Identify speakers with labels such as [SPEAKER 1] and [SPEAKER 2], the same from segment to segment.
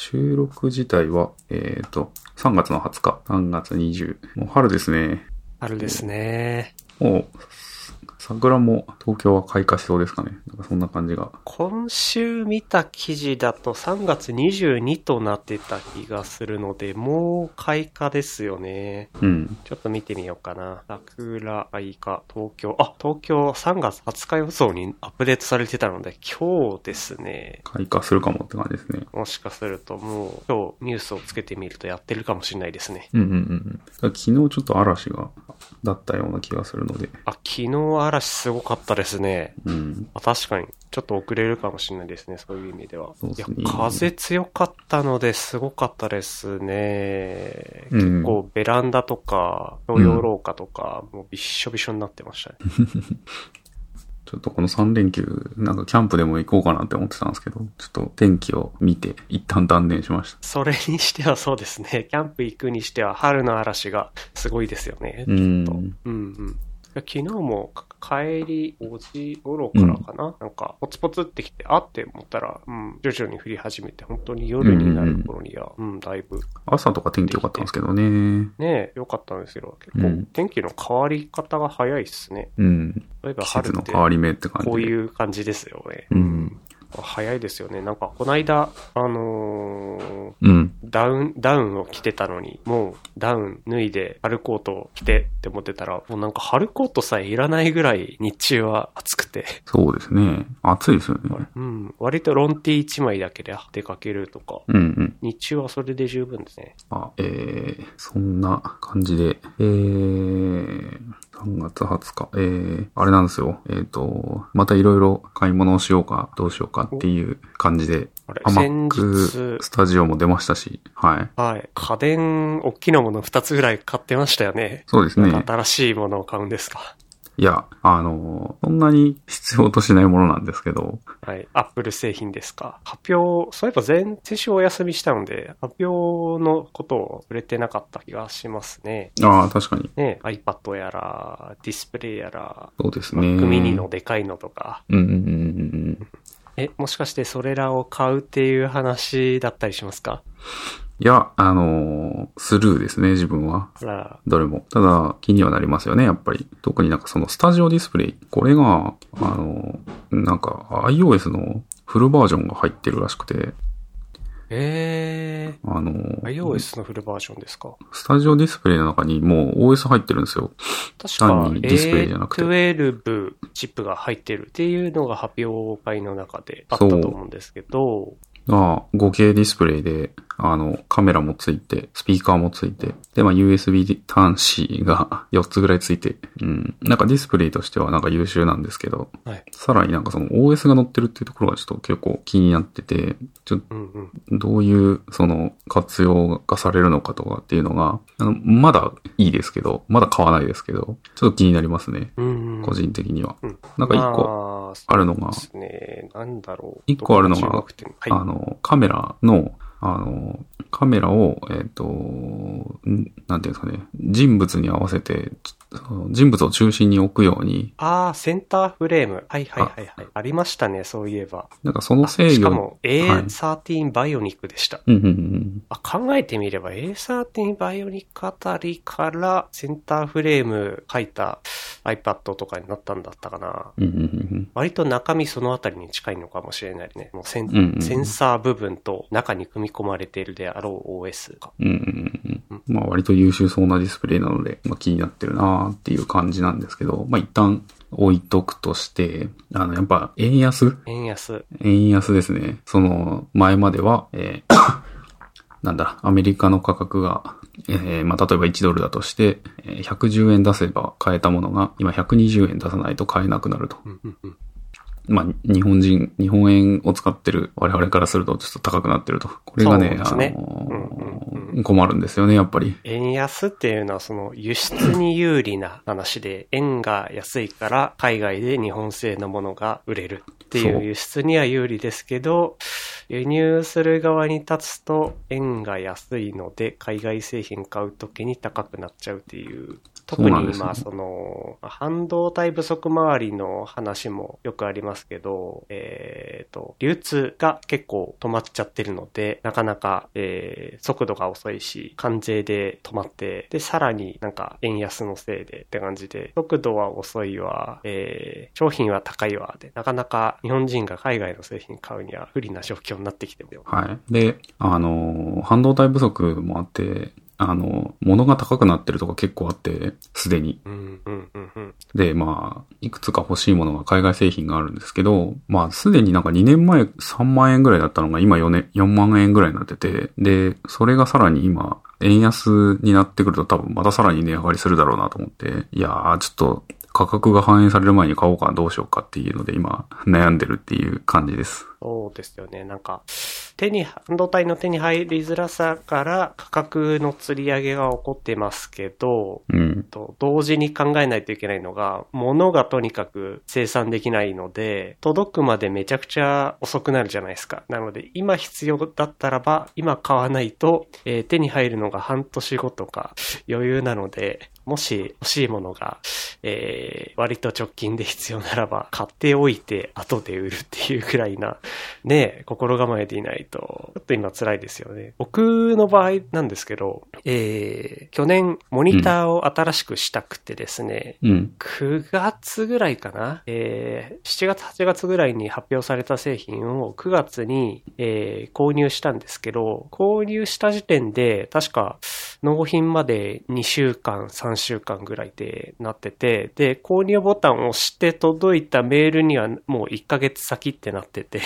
[SPEAKER 1] 収録自体は、えっ、と、3月の20日、3月20。もう春ですね。
[SPEAKER 2] 春ですね。
[SPEAKER 1] もう、桜も東京は開花しそうですかね。なんかそんな感じが。
[SPEAKER 2] 今週見た記事だと3月22となってた気がするので、もう開花ですよね。
[SPEAKER 1] うん。
[SPEAKER 2] ちょっと見てみようかな。桜開花、東京。あ、東京3月20日予想にアップデートされてたので、今日ですね。
[SPEAKER 1] 開花するかもって感じですね。
[SPEAKER 2] もしかするともう今日ニュースをつけてみるとやってるかもしれないですね。
[SPEAKER 1] うんうんうんうん。昨日ちょっと嵐が、だったような気がするので。
[SPEAKER 2] あ、昨日嵐すごかったですね。
[SPEAKER 1] うん。
[SPEAKER 2] あ確かに、ちょっと遅れるかもしれないですね、そういう意味では。
[SPEAKER 1] そうですね
[SPEAKER 2] いや、風強かったのですごかったですね。
[SPEAKER 1] うん
[SPEAKER 2] 結構ベランダとか、共用廊下とか、もうびっしょびしょになってましたね。
[SPEAKER 1] ちょっとこの3連休、なんかキャンプでも行こうかなって思ってたんですけど、ちょっと天気を見て、一旦断念しました。
[SPEAKER 2] それにしてはそうですね、 キャンプ行くにしては春の嵐がすごいですよね。
[SPEAKER 1] うん。
[SPEAKER 2] うんうん。いや昨日も帰り5時頃からかな、なんかポツポツってきて、あって思ったら、うん、徐々に降り始めて、本当に夜になる頃には、うん、だいぶ
[SPEAKER 1] 朝とか天気良かったんですけどね。
[SPEAKER 2] ねえ、良かったんですけど、結
[SPEAKER 1] う
[SPEAKER 2] 構
[SPEAKER 1] ん
[SPEAKER 2] 天気の変わり方が早いっすね。
[SPEAKER 1] うん。
[SPEAKER 2] 例えば
[SPEAKER 1] 季
[SPEAKER 2] 春
[SPEAKER 1] 節の
[SPEAKER 2] って
[SPEAKER 1] 変わり目って感じで。
[SPEAKER 2] こういう感じですよね。
[SPEAKER 1] うん。
[SPEAKER 2] 早いですよね。なんか、こないだ、あのー
[SPEAKER 1] うん。
[SPEAKER 2] ダウン、ダウンを着てたのに、もうダウン脱いで春コートを着てって思ってたら、もうなんか春コートさえいらないぐらい日中は暑くて、
[SPEAKER 1] そうですね。暑いですよね。
[SPEAKER 2] うん、割とロンティ1枚だけで出かけるとか、
[SPEAKER 1] うんうん。
[SPEAKER 2] 日中はそれで十分ですね。
[SPEAKER 1] あ、えー、そんな感じで、えー、3月20日、えー、あれなんですよ。えっ、と、またいろいろ買い物をしようか、どうしようかっていう感じで、
[SPEAKER 2] あれ、
[SPEAKER 1] ハマ
[SPEAKER 2] 先
[SPEAKER 1] ック
[SPEAKER 2] 日、
[SPEAKER 1] スタジオも出ましたし、はい。
[SPEAKER 2] はい。家電、大きなもの2つぐらい買ってましたよね。
[SPEAKER 1] そうです
[SPEAKER 2] なん
[SPEAKER 1] ね。
[SPEAKER 2] か新しいものを買うんですか。
[SPEAKER 1] いや、あのーそんなに必要としないものなんですけど、
[SPEAKER 2] はい。アップル製品ですか。発表、そういえば前、先週お休みしたので、発表のことを触れてなかった気がしますね。
[SPEAKER 1] ああ、確かに。
[SPEAKER 2] ね iPad やら、ディスプレイやら、
[SPEAKER 1] そうですね。
[SPEAKER 2] Mac mini の。でかいのとか。
[SPEAKER 1] うんうんうんうんうん。
[SPEAKER 2] え、もしかしてそれらを買うっていう話だったりしますか
[SPEAKER 1] いや、あのースルーですね、自分は。
[SPEAKER 2] あら、
[SPEAKER 1] どれも。ただ、気にはなりますよね、やっぱり。特になんかそのスタジオディスプレイ。これが、あの、なんか iOS のフルバージョンが入ってるらしくて、
[SPEAKER 2] えー。
[SPEAKER 1] あの、
[SPEAKER 2] iOS のフルバージョンですか
[SPEAKER 1] スタジオディスプレイの中にもう OS 入ってるんですよ。
[SPEAKER 2] 確か
[SPEAKER 1] 単にディスプレイじゃなくて
[SPEAKER 2] A12 チップが入ってるっていうのが発表会の中であったと思うんですけど、
[SPEAKER 1] あ 5K ディスプレイで、あの、カメラもついて、スピーカーもついて、で、まあ、USB 端子が 4つぐらいついて、うん。なんかディスプレイとしてはなんか優秀なんですけど、
[SPEAKER 2] はい
[SPEAKER 1] さらになんかその OS が載ってるっていうところがちょっと結構気になってて、ちょっと
[SPEAKER 2] うんうん。
[SPEAKER 1] どういう、その、活用がされるのかとかっていうのが、あの、まだいいですけど、まだ買わないですけど、ちょっと気になりますね。
[SPEAKER 2] うんうん、
[SPEAKER 1] 個人的には。
[SPEAKER 2] うん
[SPEAKER 1] なんか一個、
[SPEAKER 2] 個
[SPEAKER 1] あるのが
[SPEAKER 2] そうですね。なんだろう。
[SPEAKER 1] 一個あるのが
[SPEAKER 2] どこ中国店
[SPEAKER 1] あ
[SPEAKER 2] はい。
[SPEAKER 1] の、カメラの、あの、カメラを、えっ、と、んなんていうんですかね、人物に合わせて、その人物を中心に置くように、
[SPEAKER 2] ああ、センターフレーム。はいはいはいはい。ありましたね、そういえば。
[SPEAKER 1] なんかその
[SPEAKER 2] あ
[SPEAKER 1] 制
[SPEAKER 2] しか
[SPEAKER 1] 御、
[SPEAKER 2] も A13 バイオニックでした。
[SPEAKER 1] うんうんうん。
[SPEAKER 2] あ考えてみれば A13 バイオニックあたりからセンターフレーム書いた iPad とかになったんだったかな。
[SPEAKER 1] うんうんうん
[SPEAKER 2] 割と中身そのあたりに近いのかもしれないね。もうセン,、
[SPEAKER 1] うんうん
[SPEAKER 2] センサー部分と中に組み込まれているであろう OS が。
[SPEAKER 1] うんうんうんうん。まあ割と優秀そうなディスプレイなので、まあ気になってるなーっていう感じなんですけど、まあ一旦置いとくとして、あの、やっぱ円安
[SPEAKER 2] 円安。
[SPEAKER 1] 円安ですね。その前までは、えー なんだ、アメリカの価格が、えーまあ例えば1ドルだとして、えー110円出せば買えたものが、今120円出さないと買えなくなると。
[SPEAKER 2] うんうんうん。
[SPEAKER 1] まあ、日本人、日本円を使ってる我々からするとちょっと高くなってると。これがね、
[SPEAKER 2] そうですね
[SPEAKER 1] あのー
[SPEAKER 2] うんうんう
[SPEAKER 1] 困るんですよね、やっぱり。
[SPEAKER 2] 円安っていうのはその輸出に有利な話で、円が安いから海外で日本製のものが売れるってい
[SPEAKER 1] そうう
[SPEAKER 2] 輸出には有利ですけど、輸入する側に立つと円が安いので海外製品買うときに高くなっちゃうっていう特
[SPEAKER 1] そうなんで
[SPEAKER 2] に
[SPEAKER 1] すね
[SPEAKER 2] 今、その、半導体不足周りの話もよくありますけど、えっ、と、流通が結構止まっちゃってるので、なかなか、えー速度が遅いし、関税で止まって、で、さらになんか円安のせいでって感じで、速度は遅いわ、えー商品は高いわ、で、なかなか日本人が海外の製品買うには不利な状況になってきてるよ。
[SPEAKER 1] はい。で、あの、半導体不足もあって、あの、物が高くなってるとか結構あって、すでに。
[SPEAKER 2] うん、うん、うん、うん。
[SPEAKER 1] で、まあ、いくつか欲しいものが海外製品があるんですけど、まあ、すでになんか2年前3万円ぐらいだったのが今4年、4万円ぐらいになってて、で、それがさらに今、円安になってくると多分またさらに値上がりするだろうなと思って、いやー、ちょっと価格が反映される前に買おうかどうしようかっていうので今悩んでるっていう感じです。
[SPEAKER 2] そうですよね。なんか、手に、半導体の手に入りづらさから価格の釣り上げが起こってますけど、
[SPEAKER 1] うん。
[SPEAKER 2] と同時に考えないといけないのが、物がとにかく生産できないので、届くまでめちゃくちゃ遅くなるじゃないですか。なので、今必要だったらば、今買わないと、えー手に入るのが半年後とか余裕なので、もし欲しいものが、えー割と直近で必要ならば、買っておいて後で売るっていうくらいな、ねえ、心構えていないと、ちょっと今辛いですよね。僕の場合なんですけど、えー、去年モニターを新しくしたくてですね、
[SPEAKER 1] うん。
[SPEAKER 2] 9月ぐらいかなえー、7月8月ぐらいに発表された製品を9月に、えー購入したんですけど、購入した時点で確か納品まで2週間、3週間ぐらいでなってて、で、購入ボタンを押して届いたメールにはもう1ヶ月先ってなってて、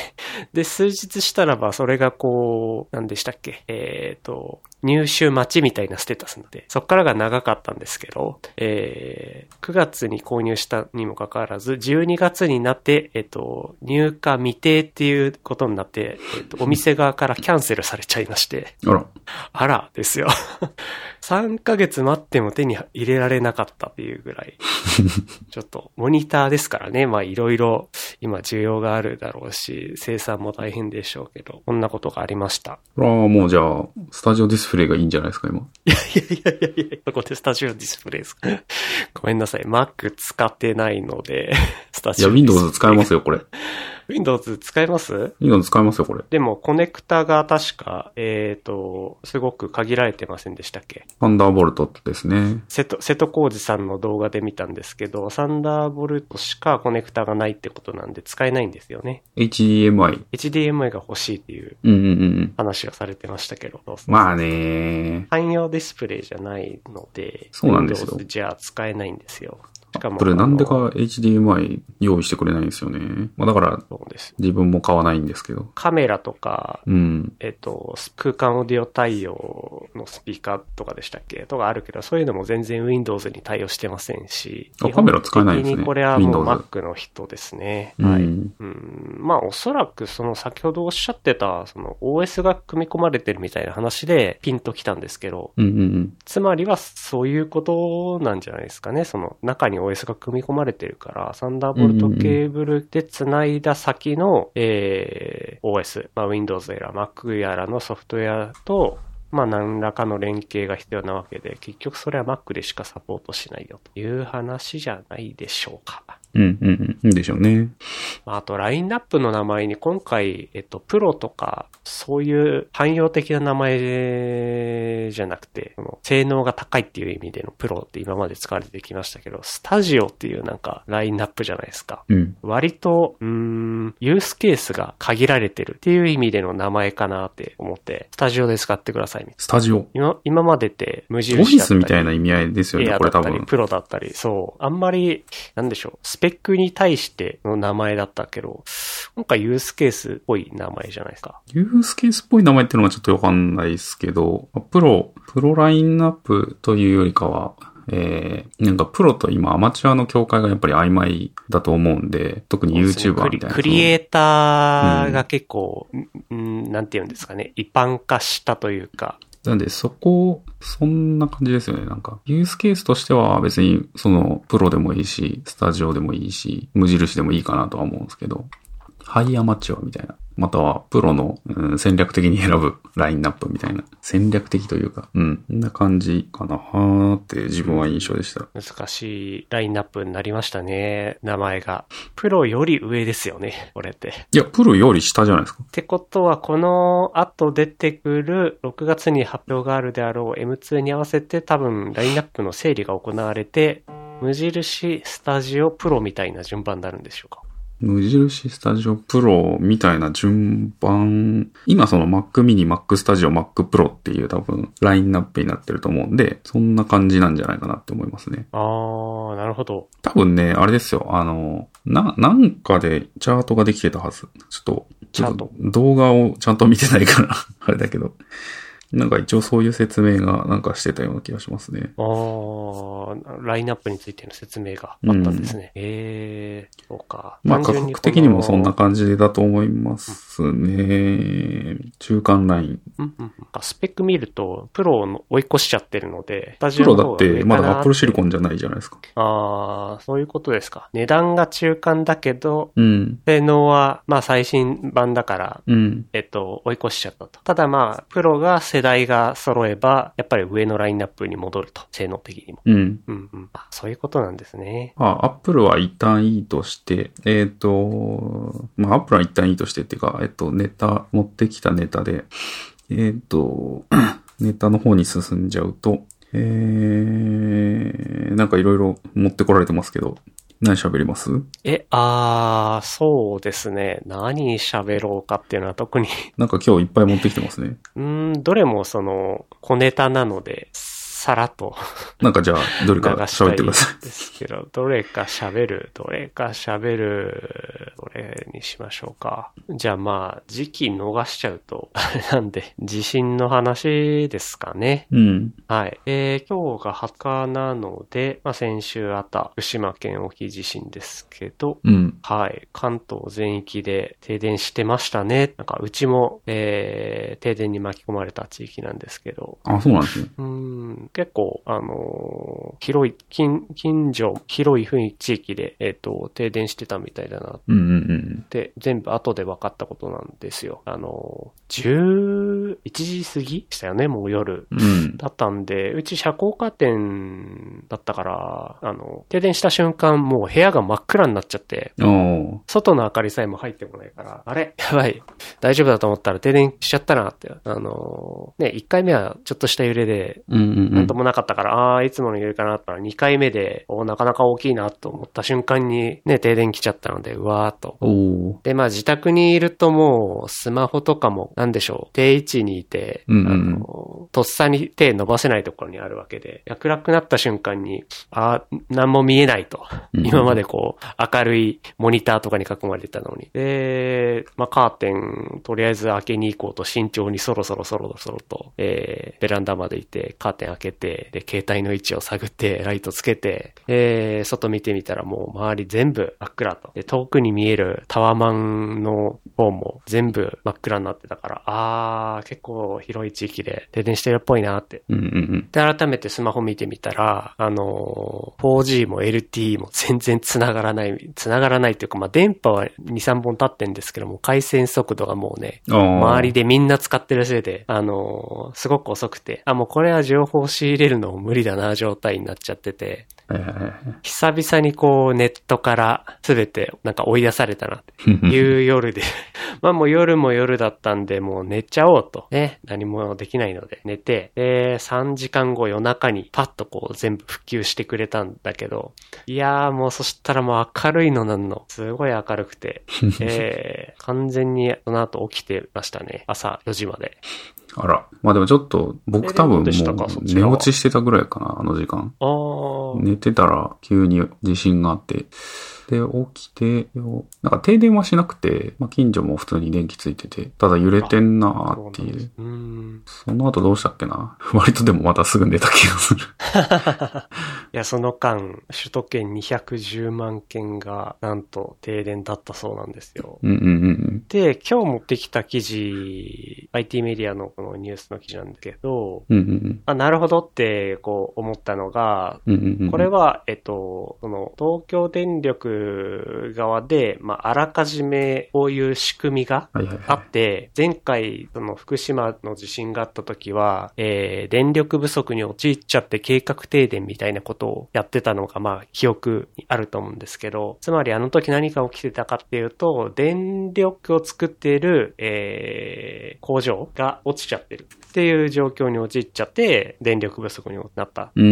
[SPEAKER 2] で、数日したらばそれがこう、何でしたっけえっ、と、入手待ちみたいなステータスになって、そっからが長かったんですけど、えー、9月に購入したにもかかわらず、12月になって、えっ、と、入荷未定っていうことになって、えっ、と、お店側からキャンセルされちゃいまして、
[SPEAKER 1] あら。
[SPEAKER 2] あら、ですよ。3ヶ月待っても手に入れられなかったっていうぐらい。ちょっと、モニターですからね。まあ、いろいろ、今、需要があるだろうし、生産も大変でしょうけど、こんなことがありました。
[SPEAKER 1] これはもうじゃあ、スタジオディスプレイがいいんじゃないですか、今。
[SPEAKER 2] いやいやいやいや、そこでスタジオディスプレイですか。ごめんなさい。Mac 使ってないので、 スタ
[SPEAKER 1] い
[SPEAKER 2] ジ
[SPEAKER 1] や、
[SPEAKER 2] オディスプレイ。
[SPEAKER 1] Windows 使えますよ、こ れ。
[SPEAKER 2] Windows 使えます
[SPEAKER 1] Windows 使えますよ、これ。
[SPEAKER 2] でも、コネクタが確か、えっ、と、すごく限られてませんでしたっけ
[SPEAKER 1] サンダーボルトですね。
[SPEAKER 2] 瀬戸、瀬戸康二さんの動画で見たんですけど、サンダーボルトしかコネクタがないってことなんで使えないんですよね。
[SPEAKER 1] HDMI。
[SPEAKER 2] HDMI が欲しいっていう
[SPEAKER 1] うんうんうんうん。
[SPEAKER 2] 話をされてましたけど、そうそう
[SPEAKER 1] まあね
[SPEAKER 2] 汎用ディスプレイじゃないので、
[SPEAKER 1] そうなんですよ
[SPEAKER 2] Windows じゃ使えないんですよ。しかも、
[SPEAKER 1] これなんでか
[SPEAKER 2] あの
[SPEAKER 1] HDMI 用意してくれないんですよね。まあだから、
[SPEAKER 2] そうです。
[SPEAKER 1] 自分も買わないんですけど。
[SPEAKER 2] カメラとか、
[SPEAKER 1] うん。
[SPEAKER 2] えっと、空間オーディオ対応のスピーカーとかでしたっけとかあるけど、そういうのも全然 Windows に対応してませんし。
[SPEAKER 1] あカメラ使えないんですね
[SPEAKER 2] 基本的にこれはもう
[SPEAKER 1] Windows
[SPEAKER 2] Mac の人ですね。
[SPEAKER 1] うん
[SPEAKER 2] はい。うん、まあおそらくその先ほどおっしゃってた、その OS が組み込まれてるみたいな話でピンときたんですけど、
[SPEAKER 1] うんうんうん。
[SPEAKER 2] つまりはそういうことなんじゃないですかね。その中に OS が組み込まれてるから、サンダーボルトケーブルで繋いだ先の、えー OS、まあ、Windows やら Mac やらのソフトウェアと、まあ、何らかの連携が必要なわけで、結局それは Mac でしかサポートしないよという話じゃないでしょうか。
[SPEAKER 1] うんうんうん。いいでしょうね。
[SPEAKER 2] まああと、ラインナップの名前に今回、えっと、プロとか、そういう汎用的な名前じゃなくて、その性能が高いっていう意味でのプロって今まで使われてきましたけど、スタジオっていうなんかラインナップじゃないですか。
[SPEAKER 1] うん。
[SPEAKER 2] 割と、うーん、ユースケースが限られてるっていう意味での名前かなって思って、スタジオで使ってくださいみたいな。
[SPEAKER 1] スタジオ。
[SPEAKER 2] 今、今までって無
[SPEAKER 1] オ
[SPEAKER 2] 印
[SPEAKER 1] フ
[SPEAKER 2] だったり。
[SPEAKER 1] ィスみたいな意味合いですよ
[SPEAKER 2] エ
[SPEAKER 1] ね、
[SPEAKER 2] ア
[SPEAKER 1] これ
[SPEAKER 2] だ
[SPEAKER 1] 多
[SPEAKER 2] ったり、
[SPEAKER 1] 分。
[SPEAKER 2] プロだったり、そう。あんまり、なんでしょう、スペックに対しての名前だったけど、今回ユースケースっぽい名前じゃないですか。
[SPEAKER 1] ユースケースっぽい名前っていうのがちょっとわかんないですけど、まあプロ、プロラインナップというよりかは、えー、なんかプロと今アマチュアの境界がやっぱり曖昧だと思うんで、特に
[SPEAKER 2] そ
[SPEAKER 1] YouTuber
[SPEAKER 2] うですね
[SPEAKER 1] みたいな。
[SPEAKER 2] クリクリエイターが結構、うんんなんて言うんですかね、一般化したというか、
[SPEAKER 1] なんで、そこ、そんな感じですよね。なんか、ユースケースとしては別に、その、プロでもいいし、スタジオでもいいし、無印でもいいかなとは思うんですけど、ハイアマチュアみたいな。またはプロの、うん戦略的に選ぶラインナップみたいな。戦略的というか、うん、こんな感じかなーって自分は印象でした。
[SPEAKER 2] 難しいラインナップになりましたね。名前が。プロより上ですよね。これって。
[SPEAKER 1] いや、プロより下じゃないですか
[SPEAKER 2] っ。てことは、この後出てくる6月に発表があるであろう M2 に合わせて多分ラインナップの整理が行われて、無印、スタジオ、プロみたいな順番になるんでしょうか。
[SPEAKER 1] 無印スタジオプロみたいな順番、今その Mac mini、Mac スタジオ、Mac Pro っていう多分ラインナップになってると思うんで、そんな感じなんじゃないかなって思いますね。
[SPEAKER 2] あー、なるほど。
[SPEAKER 1] 多分ね、あれですよ、あの、な、なんかでチャートができてたはず。ちょっと、ちょっと
[SPEAKER 2] チ
[SPEAKER 1] 動画をちゃんと見てないから、 あれだけど。なんか一応そういう説明がなんかしてたような気がしますね。
[SPEAKER 2] あー、ラインナップについての説明があったんですね。えー、そうか。
[SPEAKER 1] まあ、価
[SPEAKER 2] 単純
[SPEAKER 1] 格
[SPEAKER 2] この
[SPEAKER 1] 的にもそんな感じだと思いますね。中間ライン。
[SPEAKER 2] うんうんうんスペック見ると、プロを追い越しちゃってるので、スタジ
[SPEAKER 1] プロ
[SPEAKER 2] オの
[SPEAKER 1] だ
[SPEAKER 2] 方
[SPEAKER 1] っ
[SPEAKER 2] が上
[SPEAKER 1] て
[SPEAKER 2] かな
[SPEAKER 1] まだアップルシリコンじゃないじゃないですか。
[SPEAKER 2] ああ、そういうことですか。値段が中間だけど、
[SPEAKER 1] うん。
[SPEAKER 2] 性能は、まあ最新版だから、
[SPEAKER 1] うん。
[SPEAKER 2] えっと、追い越しちゃったと。ただまあ、プロが世代が揃えば、やっぱり上のラインナップに戻ると。性能的にも。
[SPEAKER 1] うん。
[SPEAKER 2] うんうん。あそういうことなんですね。
[SPEAKER 1] まあ、アップルは一旦いいとして、えっ、と、まあ、アップルは一旦いいとしてっていうか、えっ、と、ネタ、持ってきたネタで、えっ、と、 ネタの方に進んじゃうと、えー、なんかいろいろ持ってこられてますけど、何喋ります
[SPEAKER 2] え、あー、そうですね。何喋ろうかっていうのは特に、
[SPEAKER 1] なんか今日いっぱい持ってきてますね。
[SPEAKER 2] うーん、どれもその、小ネタなので、さらっと。
[SPEAKER 1] なんかじゃあ、どれか
[SPEAKER 2] 流した
[SPEAKER 1] 喋っ
[SPEAKER 2] い
[SPEAKER 1] てください。
[SPEAKER 2] ですけど、どれか喋る、どれか喋る、どれにしましょうか。じゃあまあ、時期逃しちゃうと、あれなんで、地震の話ですかね。
[SPEAKER 1] うん。
[SPEAKER 2] はい。えー、今日が20日なので、まあ先週あった福島県沖地震ですけど、
[SPEAKER 1] うん。
[SPEAKER 2] はい。関東全域で停電してましたね。なんか、うちも、えー、停電に巻き込まれた地域なんですけど、
[SPEAKER 1] あ、そうなんですね。
[SPEAKER 2] うーん結構、あのー広い、近、近所、広い雰囲気地域で、えっ、と、停電してたみたいだなっ
[SPEAKER 1] うんうんうん。
[SPEAKER 2] て、全部後で分かったことなんですよ。あのー、11時過ぎでしたよね、もう夜。
[SPEAKER 1] うん。
[SPEAKER 2] だったんで、うち遮光カーテンだったから、あの、停電した瞬間、もう部屋が真っ暗になっちゃって、
[SPEAKER 1] おー
[SPEAKER 2] 外の明かりさえも入ってこないから、あれ やばい。大丈夫だと思ったら停電しちゃったなって。あのーね、1回目はちょっとした揺れで、
[SPEAKER 1] うんうんう
[SPEAKER 2] なん
[SPEAKER 1] ん
[SPEAKER 2] と。もなかったから、ああ、いつもの揺れかなと思ったら、2回目で、おーなかなか大きいなと思った瞬間に、ね、停電来ちゃったので、うわーっと。
[SPEAKER 1] おー
[SPEAKER 2] で、まあ自宅にいるともう、スマホとかも、なんでしょう、定位置にいて、
[SPEAKER 1] うんうん
[SPEAKER 2] あの、とっさに手伸ばせないところにあるわけで、暗くなった瞬間に、ああ、なんも見えないと。
[SPEAKER 1] うん
[SPEAKER 2] 今までこう、明るいモニターとかに囲まれてたのに。で、まあカーテン、とりあえず開けに行こうと慎重にそろそろそろそろと、えー、ベランダまで行って、カーテン開けて、で、携帯の位置を探って、ライトつけて、えー、外見てみたらもう周り全部真っ暗と。で、遠くに見えるタワマンの方も全部真っ暗になってたから、あー、結構広い地域で停電してるっぽいなって。
[SPEAKER 1] うんうん
[SPEAKER 2] で、改めてスマホ見てみたら、あのー、4G も LTE も全然繋がらない、繋がらないというか、まあ、電波は2、3本立ってんですけども、回線速度がもうね、
[SPEAKER 1] うん。周
[SPEAKER 2] 周りでみんな使ってるせいで、あのー、すごく遅くて、あ、もうこれは情報を仕入れるのも無理だな、状態になっちゃってて、
[SPEAKER 1] はいはいはいはい
[SPEAKER 2] 久々にこう、ネットから全てなんか追い出されたなって
[SPEAKER 1] う。
[SPEAKER 2] いう夜で。 まあもう夜も夜だったんで、もう寝ちゃおうと。ね。何もできないので寝て、で、3時間後夜中にパッとこう全部復旧してくれたんだけど、いやーもうそしたらもう明るいのなんの。すごい明るく て、えー、完全にその後起きてましたね。朝4時まで。
[SPEAKER 1] あら。まあでもちょっと、僕
[SPEAKER 2] え
[SPEAKER 1] 多分もう
[SPEAKER 2] どうでしたかそっちは
[SPEAKER 1] 寝落ちしてたぐらいかな、あの時間。
[SPEAKER 2] あー。
[SPEAKER 1] 寝てたら急に地震があって。で、起きて、なんか停電はしなくて、まあ、近所も普通に電気ついてて、ただ揺れてんなーって
[SPEAKER 2] そうなん
[SPEAKER 1] い
[SPEAKER 2] で
[SPEAKER 1] う
[SPEAKER 2] す。うーん。
[SPEAKER 1] その後どうしたっけな割とでもまたすぐ寝た気がする。
[SPEAKER 2] いや、その間、首都圏210万件が、なんと停電だったそうなんですよ。
[SPEAKER 1] うんうんうん
[SPEAKER 2] で、今日持ってきた記事、IT メディアのこのニュースの記事なんだけど、
[SPEAKER 1] うん。うんうん
[SPEAKER 2] あ、なるほどって、こう思ったのが、
[SPEAKER 1] うん。うんうんうん。
[SPEAKER 2] これは、えっと、その、東京電力側で、まあ、あらかじめ、こういう仕組みが
[SPEAKER 1] はいはい
[SPEAKER 2] あ
[SPEAKER 1] は
[SPEAKER 2] って、前回、その福島の地震があった時は、えー、電力不足に陥っちゃって計画停電みたいなことをやってたのが、まあ、記憶にあると思うんですけど、つまりあの時何が起きてたかっていうと、電力を作っている、えー、工場が落ちちゃってるっていう状況に陥っちゃって、電力不足になった
[SPEAKER 1] い。うー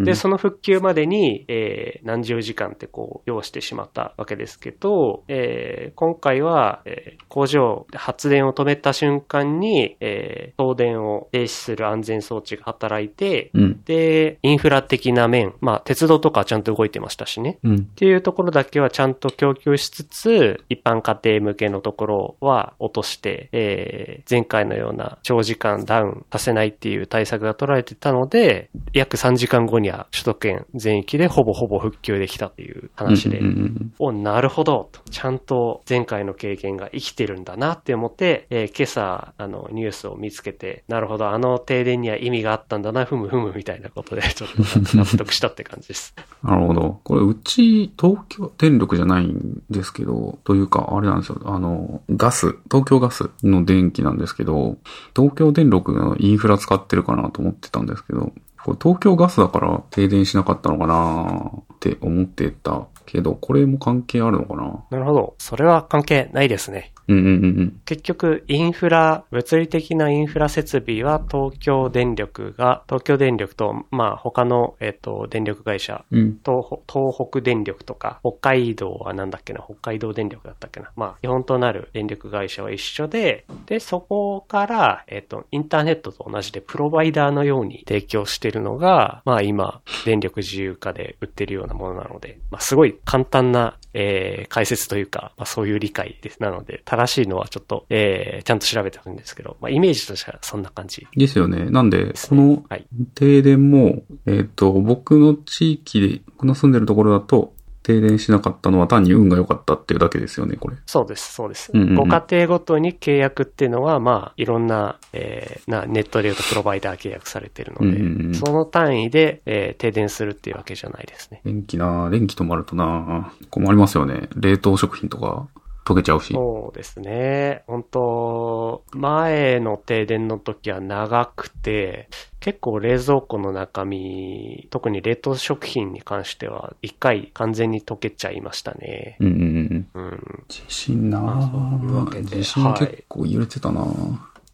[SPEAKER 1] ん。
[SPEAKER 2] で、その復旧までに、えー何十時間ってこう、要してしまったわけですけど、えー今回は、えー工場、発電を止めた瞬間に、えー東電を停止する安全装置が働いて、
[SPEAKER 1] うん。
[SPEAKER 2] で、インフラ的な面、まあ、鉄道とかはちゃんと動いてましたしね。
[SPEAKER 1] うん。
[SPEAKER 2] っていうところだけはちゃんと供給しつつ、一般家庭向けのところは落として、えー前回のような長時間ダウンさせないっていう対策が取られてたので、約3時間後には首都圏全域でほぼほぼ復旧できたっていう話で。
[SPEAKER 1] うんうんうん
[SPEAKER 2] お、なるほど、と。ちゃんと前回の経験が生きてるんだなって思って、えー今朝、あの、ニュースを見つけて、なるほど、あの停電には意味があったんだな、ふむふむみたいなことで、ちょっと納得したって感じです。
[SPEAKER 1] なるほど。これ、うち、東京電力じゃないんですけど、というか、あれなんですよ。あの、ガス、東京ガスの電気なんですけど、東京電力のインフラ使ってるかなと思ってたんですけど、これ東京ガスだから停電しなかったのかなって思ってたけど、これも関係あるのかな
[SPEAKER 2] なるほど。それは関係ないですね。
[SPEAKER 1] うんうんうんうん。
[SPEAKER 2] 結局、インフラ、物理的なインフラ設備は東京電力が、東京電力と、まあ他の、えっ、と、電力会社、
[SPEAKER 1] うん。
[SPEAKER 2] 東北東北電力とか、北海道はなんだっけな、北海道電力だったっけな。まあ、基本となる電力会社は一緒で、で、そこから、えっ、と、インターネットと同じでプロバイダーのように提供してるのが、まあ今、電力自由化で売ってるようなものなので、まあすごい簡単な、えー、解説というか、まあそういう理解です。なので、正しいのはちょっと、えー、ちゃんと調べてるんですけど、まあイメージとしてはそんな感じ。
[SPEAKER 1] ですよね。なんで、
[SPEAKER 2] す
[SPEAKER 1] この
[SPEAKER 2] はい
[SPEAKER 1] 停電も、えっ、と、僕の地域で、僕の住んでるところだと、停電しなかったのは単に運が良かったっていうだけですよね、これ。
[SPEAKER 2] そうです、そうです。
[SPEAKER 1] うんうんうん
[SPEAKER 2] ご家庭ごとに契約っていうのは、まあ、いろんな、えーな、ネットで言うとプロバイダー契約されてるので、
[SPEAKER 1] うんうんうん
[SPEAKER 2] その単位で、えー停電するっていうわけじゃないですね。
[SPEAKER 1] 電気な電気止まるとな困りますよね。冷凍食品とか溶けちゃうし。
[SPEAKER 2] そうですね。本当前の停電の時は長くて、結構冷蔵庫の中身、特に冷凍食品に関しては、一回完全に溶けちゃいましたね。
[SPEAKER 1] うんうんうん。
[SPEAKER 2] うん。
[SPEAKER 1] 地震な
[SPEAKER 2] まあそういうわけで
[SPEAKER 1] 地震結構揺れてたな、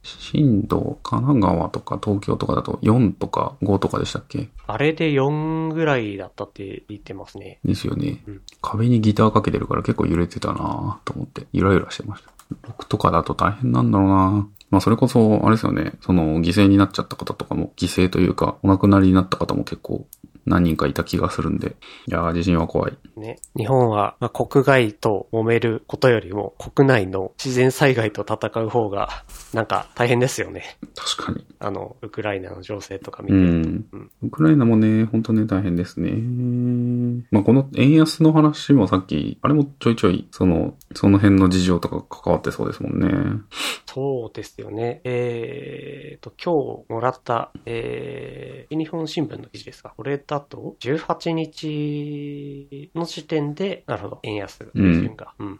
[SPEAKER 1] 震度、神奈川とか東京とかだと4とか5とかでしたっけ
[SPEAKER 2] あれで4ぐらいだったって言ってますね。
[SPEAKER 1] ですよね、
[SPEAKER 2] うん
[SPEAKER 1] 壁にギターかけてるから結構揺れてたなと思って、ゆらゆらしてました。僕とかだと大変なんだろうなまあそれこそ、あれですよね、その犠牲になっちゃった方とかも、犠牲というか、お亡くなりになった方も結構何人かいた気がするんで、いやー地震は怖い。
[SPEAKER 2] ね、日本は、まあ、国外と揉めることよりも国内の自然災害と戦う方がなんか大変ですよね。
[SPEAKER 1] 確かに。
[SPEAKER 2] あの、ウクライナの情勢とか
[SPEAKER 1] う
[SPEAKER 2] 見てると。
[SPEAKER 1] ん
[SPEAKER 2] うん。
[SPEAKER 1] ウクライナもね、本当ね、大変ですね。まあ、この円安の話もさっき、あれもちょいちょい、その、その辺の事情とか関わってそうですもんね。
[SPEAKER 2] そうですよね。えーと、今日もらった、えー、日本新聞の記事ですか。これだと、18日の時点で、なるほど、円安水準が。うんうん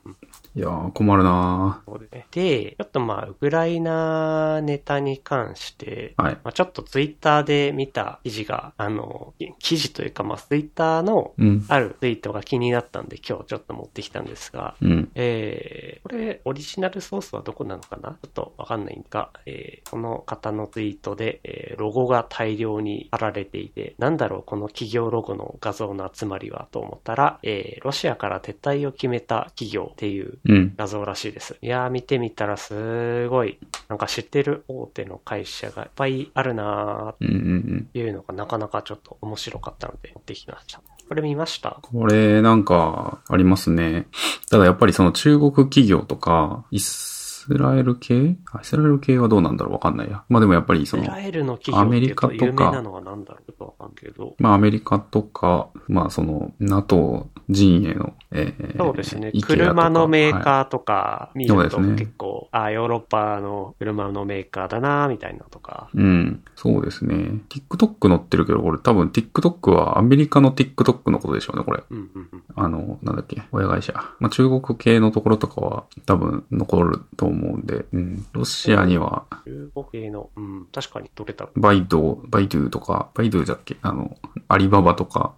[SPEAKER 1] いやー、困るな
[SPEAKER 2] そうですね。で、ちょっとまあ、ウクライナネタに関して、
[SPEAKER 1] ーはい。
[SPEAKER 2] まあ、ちょっとツイッターで見た記事が、あの、き記事というか、まあ、ツイッターの
[SPEAKER 1] うん。
[SPEAKER 2] あるツイートが気になったんで、今日ちょっと持ってきたんですが、
[SPEAKER 1] うん。
[SPEAKER 2] えー、これ、オリジナルソースはどこなのかなちょっとわかんないんが、えー、この方のツイートで、えーロゴが大量に貼られていて、なんだろう、この企業ロゴの画像の集まりはと思ったら、えー、ロシアから撤退を決めた企業っていう
[SPEAKER 1] うん。
[SPEAKER 2] 画像らしいです。いやー、見てみたらすごい、なんか知ってる大手の会社がいっぱいあるなーっ
[SPEAKER 1] うんうんうん。
[SPEAKER 2] ていうのがなかなかちょっと面白かったので持ってきました。これ見ました
[SPEAKER 1] これ、なんか、ありますね。ただやっぱりその中国企業とか、イススラエル系あイスラエル系はどうなんだろうわかんないや。まあでもやっぱりそ
[SPEAKER 2] イ
[SPEAKER 1] の
[SPEAKER 2] ス、ラエルの企業っていうと
[SPEAKER 1] アメリカ
[SPEAKER 2] 有
[SPEAKER 1] とか
[SPEAKER 2] 名なのは何だろうとわかんないけど。
[SPEAKER 1] まあアメリカとか、まあその NATO 陣営の、えー
[SPEAKER 2] そうですね
[SPEAKER 1] IKEA。とか
[SPEAKER 2] 車のメー
[SPEAKER 1] はい
[SPEAKER 2] カーとか見ると
[SPEAKER 1] そうですね
[SPEAKER 2] 結構、あ、ヨーロッパの車のメーカーだな、みたいなとか。
[SPEAKER 1] うん。そうですね。TikTok 載ってるけど、これ多分 TikTok はアメリカの TikTok のことでしょうね、これ。
[SPEAKER 2] うんうんうん。
[SPEAKER 1] あの、なんだっけ、親会社。まあ、中国系のところとかは多分残ると思うんで、うん。ロシアには、
[SPEAKER 2] 中国系の、うん、確かにどれだろ
[SPEAKER 1] バイド、バイドゥとか、バイドゥだっけあの、アリババとか、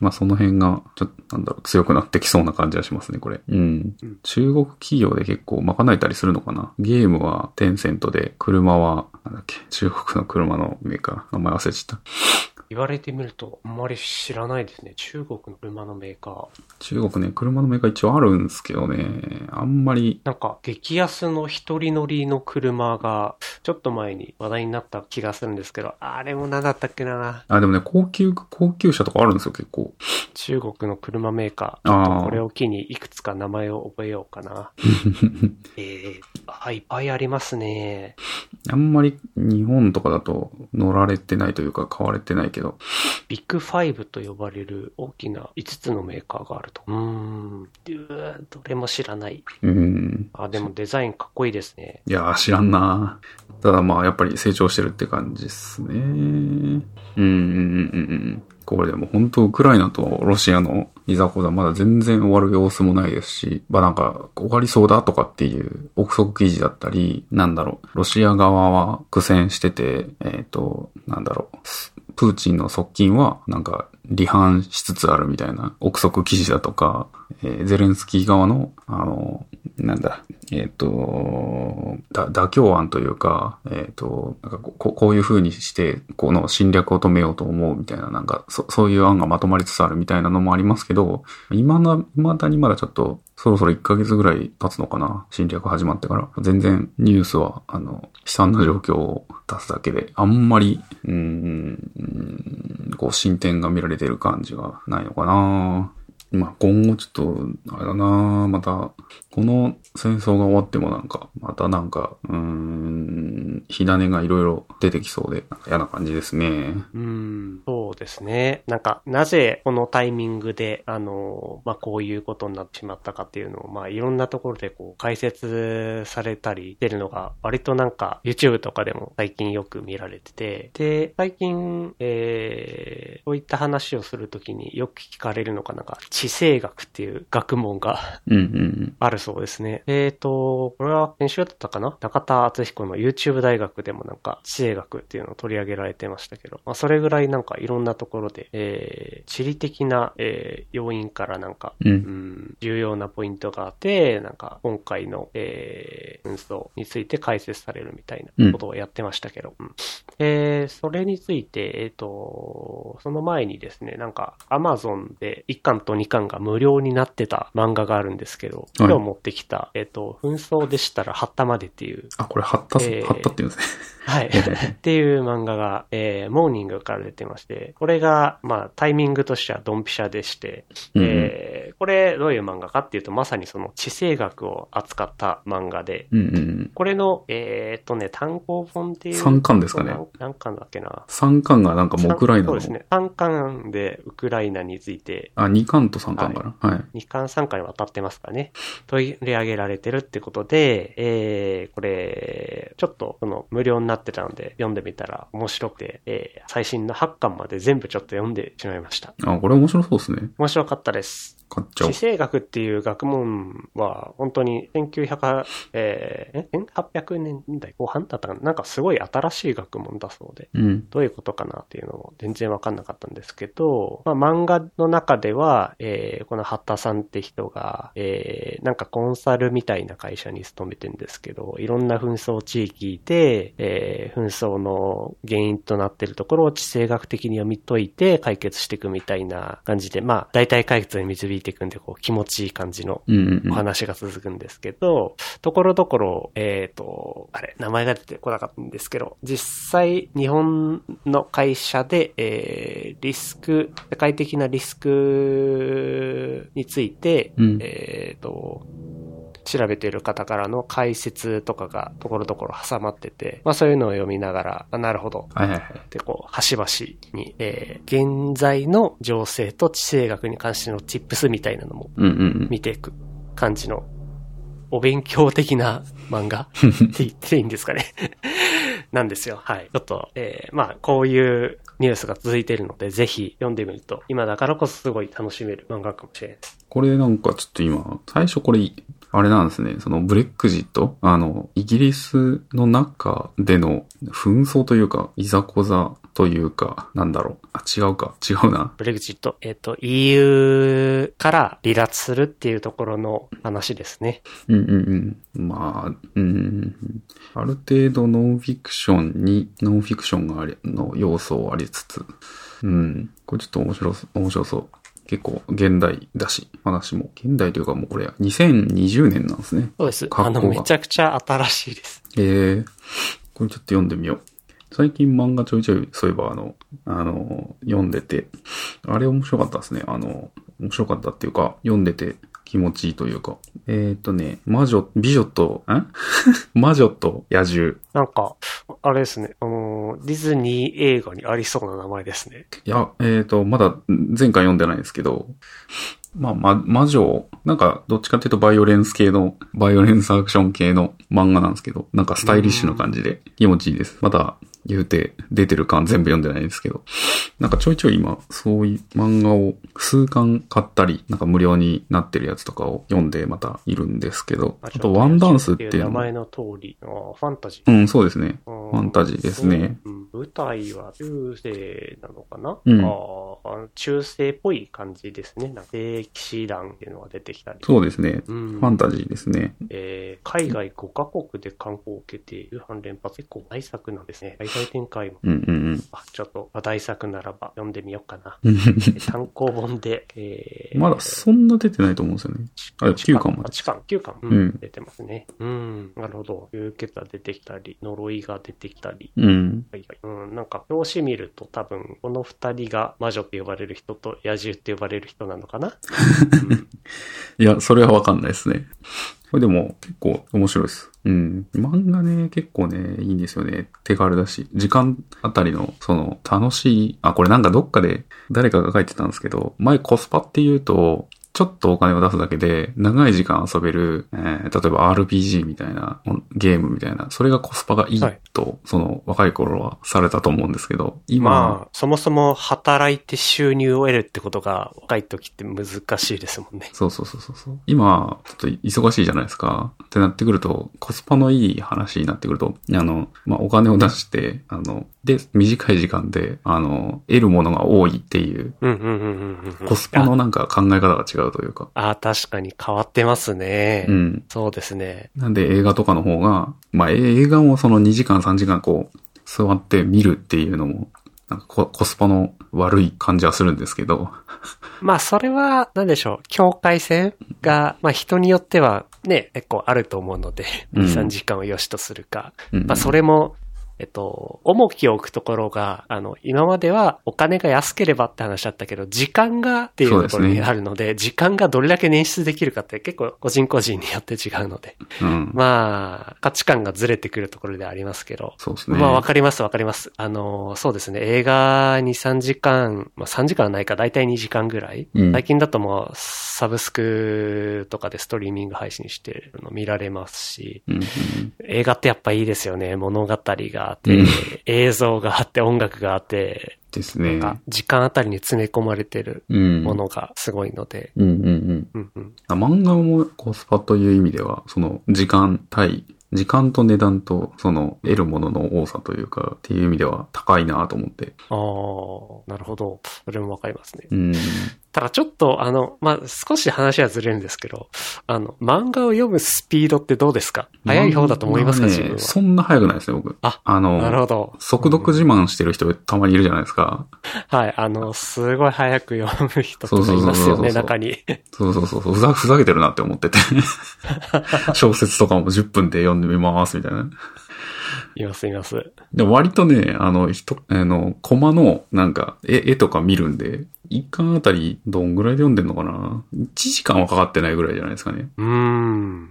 [SPEAKER 1] まあ、その辺が、ちょっと、なんだろう、強くなってきそうな感じはしますね、これ。うん
[SPEAKER 2] うん。
[SPEAKER 1] 中国企業で結構賄えたりするのかなゲームはテンセントで、車は、なんだっけ、中国の車のメーカー、名前忘れちゃった。
[SPEAKER 2] う。言われてみると、あんまり知らないですね。中国の車のメーカー。
[SPEAKER 1] 中国ね、車のメーカー一応あるんですけどね、あんまり、
[SPEAKER 2] なんか、激安の一人乗りの車が、ちょっと前に話題になった気がするんですけど、あれも何だったっけな。
[SPEAKER 1] あ、でもね、高級、高級車とかあるんですよ、結構。
[SPEAKER 2] 中国の車メーカー。ちょっ
[SPEAKER 1] あ
[SPEAKER 2] とこれ
[SPEAKER 1] あ。
[SPEAKER 2] を機にいくつか名前を覚えようかな。えー、あ、いっぱいありますね。
[SPEAKER 1] あんまり日本とかだと乗られてないというか、買われてないけど、
[SPEAKER 2] ビッグファイブと呼ばれる大きな5つのメーカーがあると。うーん。うーどれも知らない。
[SPEAKER 1] うん。
[SPEAKER 2] あ、でもデザインかっこいいですね。
[SPEAKER 1] いやー、知らんなーただまあ、やっぱり成長してるって感じですね。うん、うん、うん、うんうん。これでも本当、ウクライナとロシアのいざこざまだ全然終わる様子もないですし、まあなんか、終わりそうだとかっていう憶測記事だったり、なんだろう、ロシア側は苦戦してて、えっ、と、なんだろう、プーチンの側近は、なんか、離反しつつあるみたいな憶測記事だとか、えーゼレンスキー側の、あの、なんだ、えっ、と、だ妥協案というか、えっ、と、なんかこここういう風にして、この侵略を止めようと思うみたいな、なんかそ、そういう案がまとまりつつあるみたいなのもありますけど、今な、未だにまだちょっと、そろそろ1ヶ月ぐらい経つのかな、侵略始まってから。全然ニュースは、あの、悲惨な状況を出すだけで、あんまり、うーん、うんこう、進展が見られてる感じがないのかな。まあ、今後ちょっと、あれだなまた、この戦争が終わってもなんか、またなんか、うーん、火種がいろいろ出てきそうで、なんか嫌な感じですね。
[SPEAKER 2] うーん、そうですね。なんか、なぜこのタイミングで、あの、まあ、こういうことになってしまったかっていうのを、まあ、いろんなところでこう、解説されたりしてるのが、割となんか、YouTube とかでも最近よく見られてて、で、最近、えー、こういった話をするときによく聞かれるのが、なんか、地政学っていう学問が、
[SPEAKER 1] うんうん
[SPEAKER 2] あるそうですね。えっ、と、これは先週だったかな中田敦彦の YouTube 大学でもなんか地政学っていうのを取り上げられてましたけど、まあそれぐらいなんかいろんなところで、えー地理的な、えー要因からなんか、
[SPEAKER 1] うん。う。
[SPEAKER 2] うんん、重要なポイントがあって、なんか今回の、えー、紛争について解説されるみたいなことをやってましたけど、うんえーそれについて、えっ、と、その前にですね、なんか Amazon で1巻と2巻が無料になってた漫画があるんですけど、今日持ってきた、えっ、と、紛争でしたらハッタまでっていう、
[SPEAKER 1] あ、これ、貼った、
[SPEAKER 2] えー
[SPEAKER 1] 貼ったって言うん ですね。
[SPEAKER 2] はい。っていう漫画が、えーモーニングから出てまして、これが、まあ、タイミングとしてはドンピシャでして、
[SPEAKER 1] うん
[SPEAKER 2] えーこれ、どういう漫画かっていうと、まさにその地政学を扱った漫画で、
[SPEAKER 1] うんうんうん。
[SPEAKER 2] これの、えーっとね、単行本っていう。
[SPEAKER 1] 三巻ですかね。
[SPEAKER 2] 何巻だっけな。
[SPEAKER 1] 三巻がなんかもうウクライナ
[SPEAKER 2] そう
[SPEAKER 1] の。
[SPEAKER 2] ですね。単巻でウクライナについて、
[SPEAKER 1] あ、二巻と三巻かな。はい。
[SPEAKER 2] 2巻3巻にわたってますからね、取り上げられてるってことで、えー、これ、ちょっとその無料になってたので読んでみたら面白くて、えー、最新の8巻まで全部ちょっと読んでしまいました。
[SPEAKER 1] あ、これ面白そうですね。
[SPEAKER 2] 面白かったです。
[SPEAKER 1] 買っちゃ
[SPEAKER 2] 地
[SPEAKER 1] おう。
[SPEAKER 2] 政学っていう学問は、本当に1900、えー、え1800年代後半だったかななんかすごい新しい学問だそうで。
[SPEAKER 1] うん。
[SPEAKER 2] どういうことかなっていうのも全然わかんなかったんですけど、まあ、漫画の中では、えーこのハッタさんって人が、えーなんかコンサルみたいな会社に勤めてんですけど、いろんな紛争地域で、えー紛争の原因となっているところを地政学的に読み解いて解決していくみたいな感じで、まあ、大体解決に導いていくんで、こう、気持ちいい感じの
[SPEAKER 1] うんうんう
[SPEAKER 2] お
[SPEAKER 1] ん。
[SPEAKER 2] 話が続くんですけど、ところどころ、えっ、と、あれ、名前が出てこなかったんですけど、実際、日本の会社で、えー、リスク、世界的なリスクについて、
[SPEAKER 1] うん
[SPEAKER 2] えっ、と、調べてる方からの解説とかがところどころ挟まってて、まあそういうのを読みながら、あなるほど。
[SPEAKER 1] はいはいはい。
[SPEAKER 2] で、こう、端々に、えー、現在の情勢と地政学に関してのチップスみたいなのも
[SPEAKER 1] うんうんうん。
[SPEAKER 2] 見ていく感じの、お勉強的な漫画って言っていいんですかね。 なんですよ。はい。ちょっと、えーまあ、こういうニュースが続いているので、ぜひ読んでみると、今だからこそすごい楽しめる漫画かもしれないです。
[SPEAKER 1] これなんかちょっと今、最初これ、あれなんですね。そのブレックジットあの、イギリスの中での紛争というか、いざこざというか、なんだろう。あ、違うか。違うな。
[SPEAKER 2] ブレグジット、えっ、と、EU から離脱するっていうところの話ですね。
[SPEAKER 1] うんうんうん。まあ、うん。ある程度ノンフィクションに、ノンフィクションがあり、の要素ありつつ、うん。これちょっと面白そ、面白そう。結構現代だし、話も。現代というかもうこれ2020年なんですね。
[SPEAKER 2] そうです。
[SPEAKER 1] 過去
[SPEAKER 2] あ
[SPEAKER 1] が
[SPEAKER 2] の、めちゃくちゃ新しいです。
[SPEAKER 1] ええこれちょっと読んでみよう。最近漫画ちょいちょい、そういえばあの、あの、読んでて、あれ面白かったですね。あの、面白かったっていうか、読んでて気持ちいいというか。えっ、ー、とね、魔女、美女と、ん 魔女と野獣。
[SPEAKER 2] なんか、あれですね、あのー、ディズニー映画にありそうな名前ですね。
[SPEAKER 1] いや、えっ、ー、と、まだ前回読んでないんですけど、まあ、ま、魔女、なんか、どっちかっていうとバイオレンス系の、バイオレンスアクション系の漫画なんですけど、なんかスタイリッシュな感じで気持ちいいです。まだ、言うて、出てる感全部読んでないんですけど、なんかちょいちょい今、そういう漫画を数巻買ったり、なんか無料になってるやつとかを読んでまたいるんですけど、あとワンダンスっていう
[SPEAKER 2] 名
[SPEAKER 1] のも
[SPEAKER 2] 前、の通り、あーファンタジー。
[SPEAKER 1] うん、そうですね。
[SPEAKER 2] フ
[SPEAKER 1] ァンタジーですね。
[SPEAKER 2] うん舞台は中世なのかな、
[SPEAKER 1] うん
[SPEAKER 2] あー中世っぽい感じですね。なんか、聖騎士団っていうのが出てきたり。
[SPEAKER 1] そうですね。
[SPEAKER 2] うん
[SPEAKER 1] ファンタジーですね。
[SPEAKER 2] えー海外5カ国で観光を受けている反連発。結構大作なんですね。海外展開も。
[SPEAKER 1] うんうん
[SPEAKER 2] あ、ちょっと、まあ大作ならば読んでみようか な。
[SPEAKER 1] うん。
[SPEAKER 2] 単行本で、えー
[SPEAKER 1] まだそんな出てないと思うんですよね。あ、9巻まで。
[SPEAKER 2] 8巻、9巻、う
[SPEAKER 1] うん
[SPEAKER 2] ん、出てますね。うん、なるほど。吸血が出てきたり、呪いが出てきたり。
[SPEAKER 1] うん。
[SPEAKER 2] はいはい。うん、なんか、表紙見ると多分、この二人が魔女って呼ばれる人と野獣って呼ばれる人なのかな、 うん
[SPEAKER 1] いや、それはわかんないですね。これでも結構面白いです。うん。漫画ね、結構ね、いいんですよね。手軽だし。時間あたりの、その、楽しい、あ、これなんかどっかで誰かが書いてたんですけど、前コスパって言うと、ちょっとお金を出すだけで、長い時間遊べる、えー例えば RPG みたいな、ゲームみたいな、それがコスパがいいと、その、若い頃はされたと思うんですけど、今、
[SPEAKER 2] まあ、そもそも働いて収入を得るってことが、若い時って難しいですもんね。
[SPEAKER 1] そうそうそうそうそう。今、ちょっと忙しいじゃないですか。ってなってくると、コスパのいい話になってくると、あの、まあ、お金を出して、あの、で、短い時間で、あの、得るものが多いっていう、
[SPEAKER 2] うんうんうんうんうん。
[SPEAKER 1] コスパのなんか考え方が違うというか。
[SPEAKER 2] ああ、確かに変わってますね。
[SPEAKER 1] うん。
[SPEAKER 2] そうですね。
[SPEAKER 1] なんで映画とかの方が、まあ、え映画もその2時間3時間こう、座って見るっていうのも、なんかココスパの悪い感じはするんですけど、
[SPEAKER 2] まあ、それは、なんでしょう。境界線が、まあ、人によっては、ね、結構あると思うので、
[SPEAKER 1] う
[SPEAKER 2] 2、
[SPEAKER 1] ん
[SPEAKER 2] 3時間を良しとするか。
[SPEAKER 1] うん
[SPEAKER 2] まあ、それも、えっと、重きを置くところが、あの、今まではお金が安ければって話だったけど、時間がっていうところにあるので、時間がどれだけ捻出できるかって結構個人個人によって違うので、
[SPEAKER 1] うん。
[SPEAKER 2] まあ、価値観がずれてくるところではありますけど、
[SPEAKER 1] そうですね。
[SPEAKER 2] まあ、わかります、わかります。あの、そうですね。映画2、3時間、まあ、3時間はないか、だいたい2時間ぐらい。
[SPEAKER 1] うん
[SPEAKER 2] 最近だともう、サブスクとかでストリーミング配信してるの見られますし、
[SPEAKER 1] うんうん
[SPEAKER 2] 映画ってやっぱいいですよね。物語があって、
[SPEAKER 1] うん
[SPEAKER 2] 映像があって、音楽があって、
[SPEAKER 1] です
[SPEAKER 2] な
[SPEAKER 1] ね
[SPEAKER 2] ん。か、時間あたりに詰め込まれてる
[SPEAKER 1] うん。
[SPEAKER 2] ものがすごいので、
[SPEAKER 1] うんうんうん。
[SPEAKER 2] うんうん。
[SPEAKER 1] あ漫画もコスパという意味では、その時間対、時間と値段と、その得るものの多さというか、っていう意味では高いなと思って。
[SPEAKER 2] ああ、なるほど。それもわかりますね。
[SPEAKER 1] うん。
[SPEAKER 2] ただちょっと、あの、まあ、少し話はずれるんですけど、あの、漫画を読むスピードってどうですか早い方だと思いますか、
[SPEAKER 1] まあ
[SPEAKER 2] 自
[SPEAKER 1] ね
[SPEAKER 2] 分は。
[SPEAKER 1] そんな速くないですね、僕。
[SPEAKER 2] あ、
[SPEAKER 1] あの、
[SPEAKER 2] なるほど。
[SPEAKER 1] 速読自慢してる人たまにいるじゃないですか。
[SPEAKER 2] はい、あの、すごい早く読む人
[SPEAKER 1] そう
[SPEAKER 2] と
[SPEAKER 1] そう
[SPEAKER 2] か
[SPEAKER 1] そうそ
[SPEAKER 2] い
[SPEAKER 1] う
[SPEAKER 2] ますよね、中に。
[SPEAKER 1] そうそうそうそう、ふざふざけてるなって思って て。小説とかも10分で読んでみます、みたいな。
[SPEAKER 2] います、います。
[SPEAKER 1] でも割とね、あの、人、あの、コマの、なんか、絵、絵とか見るんで、一巻あたり、どんぐらいで読んでんのかな ?1 時間はかかってないぐらいじゃないですかね。
[SPEAKER 2] うーん。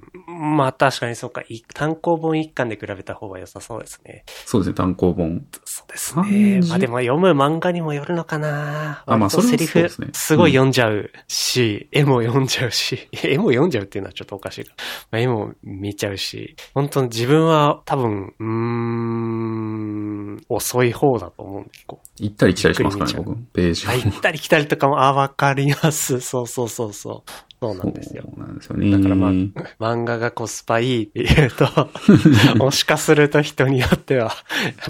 [SPEAKER 2] まあ確かにそうか。い単行本一巻で比べた方が良さそうですね。
[SPEAKER 1] そうですね、単行本。
[SPEAKER 2] そうですね。
[SPEAKER 1] 30
[SPEAKER 2] まあでも読む漫画にもよるのかな
[SPEAKER 1] あまあ
[SPEAKER 2] 割
[SPEAKER 1] そ
[SPEAKER 2] と
[SPEAKER 1] れは
[SPEAKER 2] セリ
[SPEAKER 1] そう
[SPEAKER 2] フ
[SPEAKER 1] ですね
[SPEAKER 2] すごい読んじゃうし、絵も読んじゃうし、 絵も読んじゃうっていうのはちょっとおかしいが、まあ、絵も見ちゃうし、本当に自分は多分、うーん、遅い方だと思うんで、こう。
[SPEAKER 1] 行ったり来たりしますからね、
[SPEAKER 2] びっく
[SPEAKER 1] 僕。ページを。
[SPEAKER 2] あ行ったり来たりとかも、あ、わかります。 そうそうそうそう。そうなんですよ。
[SPEAKER 1] そうなんですよね。
[SPEAKER 2] だからまあ漫画がコスパいいって言う と、もしかすると人によっては、 や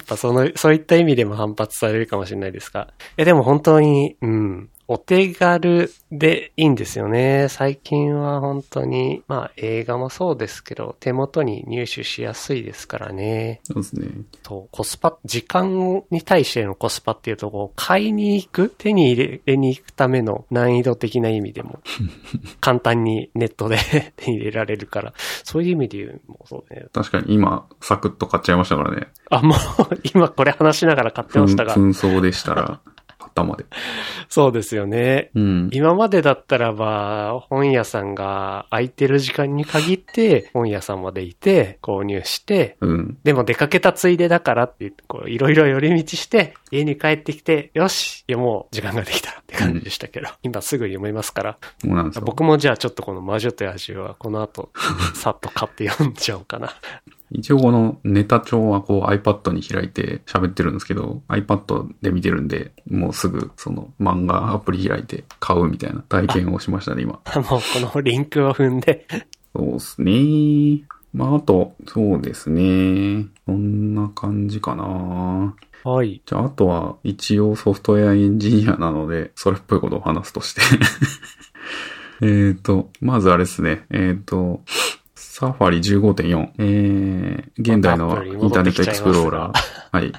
[SPEAKER 2] っぱその、そういった意味でも反発されるかもしれないですが。え、でも本当に、うん。お手軽でいいんですよね。最近は本当に、まあ映画もそうですけど、手元に入手しやすいですからね。
[SPEAKER 1] そうですね。
[SPEAKER 2] と、コスパ、時間に対してのコスパっていうと、こう、買いに行く、手に入れに行くための難易度的な意味でも、簡単にネットで 手に入れられるから、そういう意味で言うもそうね。
[SPEAKER 1] 確かに今、サクッと買っちゃいましたからね。
[SPEAKER 2] あ、もう、今これ話しながら買って
[SPEAKER 1] 紛
[SPEAKER 2] ましたが、
[SPEAKER 1] 紛争でしたら、頭で。
[SPEAKER 2] そうですよね。
[SPEAKER 1] うん。
[SPEAKER 2] 今までだったらば、本屋さんが空いてる時間に限って、本屋さんまでいて、購入して、
[SPEAKER 1] うん。
[SPEAKER 2] でも出かけたついでだからって言って、こう、いろいろ寄り道して、家に帰ってきて、よし、いやもう時間ができたって感じでしたけど、今すぐ読めますから、
[SPEAKER 1] そうなんですよ。
[SPEAKER 2] 僕もじゃあちょっとこの魔女と野獣はこ の後、さっと買って読んじゃおうかな。
[SPEAKER 1] 一応このネタ帳はこう iPad に開いて喋ってるんですけど、iPad で見てるんで、もうすぐその漫画アプリ開いて買うみたいな体験をしましたね、今。
[SPEAKER 2] もうこのリンクを踏んで、
[SPEAKER 1] そうですね。まあ、あと、そうですね。そんな感じかな。
[SPEAKER 2] はい。
[SPEAKER 1] じゃあ、あとは、一応ソフトウェアエンジニアなので、それっぽいことを話すとして。 えっと、まずあれですね。えっ、と、サファリ15.4。えー、現代
[SPEAKER 2] また
[SPEAKER 1] の
[SPEAKER 2] アプ
[SPEAKER 1] イ
[SPEAKER 2] リ
[SPEAKER 1] ン
[SPEAKER 2] 戻
[SPEAKER 1] ター
[SPEAKER 2] っ
[SPEAKER 1] ネ
[SPEAKER 2] て
[SPEAKER 1] ット
[SPEAKER 2] き
[SPEAKER 1] エ
[SPEAKER 2] ちゃ
[SPEAKER 1] ク
[SPEAKER 2] います
[SPEAKER 1] スプロー
[SPEAKER 2] が
[SPEAKER 1] ラー。はい。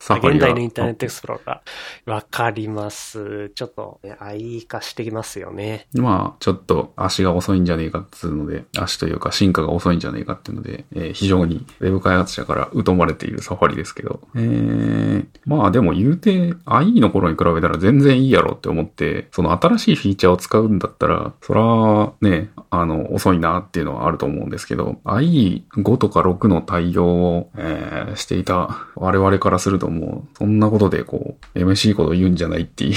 [SPEAKER 1] サファリ
[SPEAKER 2] 現
[SPEAKER 1] が
[SPEAKER 2] 代のインターネットエクスプローラー。わかります。ちょっと、ね、愛化してきますよね。
[SPEAKER 1] まあ、ちょっと足が遅いんじゃねえかっつうので、足というか進化が遅いんじゃねえかっていうので、えー非常に Web 開発者から疎まれているサファリですけど、えー、まあでも言うて IE の頃に比べたら全然いいやろって思って、その新しいフィーチャーを使うんだったら、そらね、あの、遅いなっていうのはあると思うんですけど、IE5 とか6の対応を、えーしていた我々からするともう、そんなことでこう、MC こと言うんじゃないっていう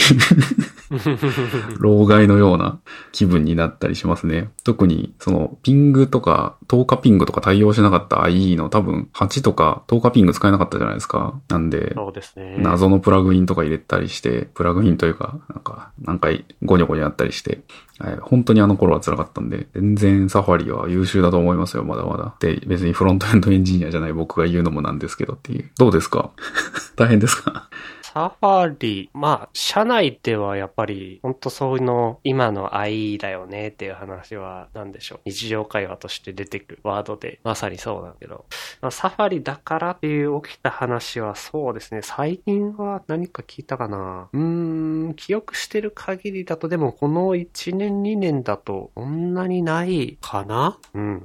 [SPEAKER 1] 老害のような気分になったりしますね。特に、その、ピングとか、10日ピングとか対応しなかった IE の多分、8とか10日ピング使えなかったじゃないですか。なんで、
[SPEAKER 2] そうですね。
[SPEAKER 1] 謎のプラグインとか入れたりして、プラグインというか、なんか、何回ゴニョゴニョやったりして、はい本当にあの頃は辛かったんで、全然サファリは優秀だと思いますよ、まだまだ。で、別にフロントエンドエンジニアじゃない僕が言うのもなんですけどっていう。どうですか 大変ですか
[SPEAKER 2] サファリ、まあ、社内ではやっぱり、本当そういうの、今の IE だよねっていう話は、なんでしょう。日常会話として出てくるワードで、まさにそうなんだけど、まあ、サファリだからっていう起きた話は、そうですね。最近は何か聞いたかなうーん、記憶してる限りだと、でもこの1年2年だと、こんなにないかなうん。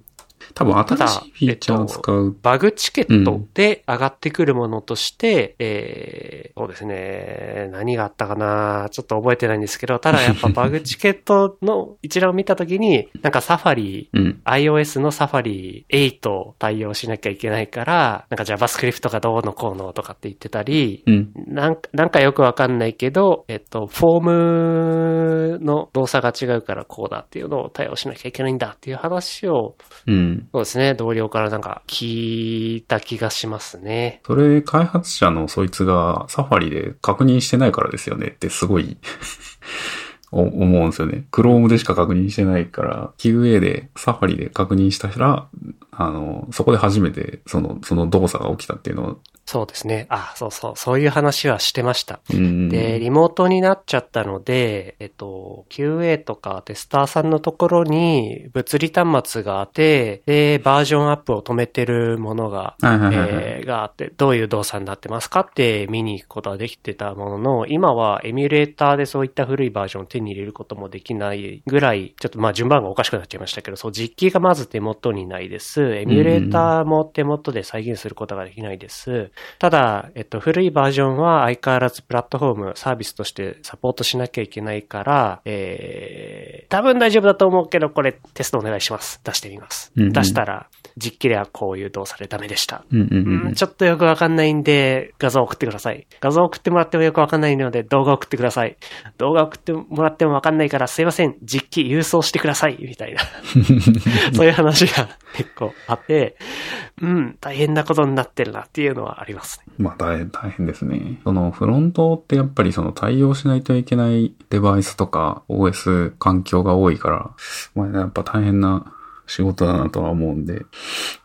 [SPEAKER 1] 多分、新しいフィーチャーを使う
[SPEAKER 2] バグチケットで上がってくるものとして、えー、そうですね、何があったかなちょっと覚えてないんですけど、ただやっぱバグチケットの一覧を見たときに、なんかサファリ、
[SPEAKER 1] うん。
[SPEAKER 2] iOS のサファリ8対応しなきゃいけないから、なんか JavaScript がどうのこうのとかって言ってたり、
[SPEAKER 1] うん。
[SPEAKER 2] なんか、なんかよくわかんないけど、えっと、フォームの動作が違うからこうだっていうのを対応しなきゃいけないんだっていう話を
[SPEAKER 1] うん。
[SPEAKER 2] そうですね。同僚からなんか聞いた気がしますね。
[SPEAKER 1] それ、開発者のそいつがサファリで確認してないからですよねってすごい お思うんですよね。Chrome でしか確認してないから、QA でサファリで確認したら、あの、そこで初めてその、その動作が起きたっていうのを、
[SPEAKER 2] そうですね。あ、そうそう。そういう話はしてました。
[SPEAKER 1] うん
[SPEAKER 2] で、リモートになっちゃったので、えっと、QA とかテスターさんのところに物理端末があって、で、バージョンアップを止めてるものが
[SPEAKER 1] はいはいはいはい。
[SPEAKER 2] えーがあって、どういう動作になってますかって見に行くことはできてたものの、今はエミュレーターでそういった古いバージョンを手に入れることもできないぐらい、ちょっとまあ順番がおかしくなっちゃいましたけど、そう、実機がまず手元にないです。エミュレーターも手元で再現することができないです。ただ、えっと、古いバージョンは相変わらずプラットフォーム、サービスとしてサポートしなきゃいけないから、えー、多分大丈夫だと思うけど、これテストお願いします。出してみます。
[SPEAKER 1] うんうん
[SPEAKER 2] 出したら、実機ではこういう動作でダメでした。
[SPEAKER 1] うんうんうん
[SPEAKER 2] うんちょっとよくわかんないんで、画像送ってください。画像送ってもらってもよくわかんないので、動画送ってください。動画送ってもらってもわかんないから、すいません、実機郵送してください、みたい な。そういう話が結構あって、うん、大変なことになってるなっていうのはありますね。
[SPEAKER 1] まあ大大変ですね。そのフロントってやっぱりその対応しないといけないデバイスとか OS 環境が多いから、まあやっぱ大変な仕事だなとは思うんで、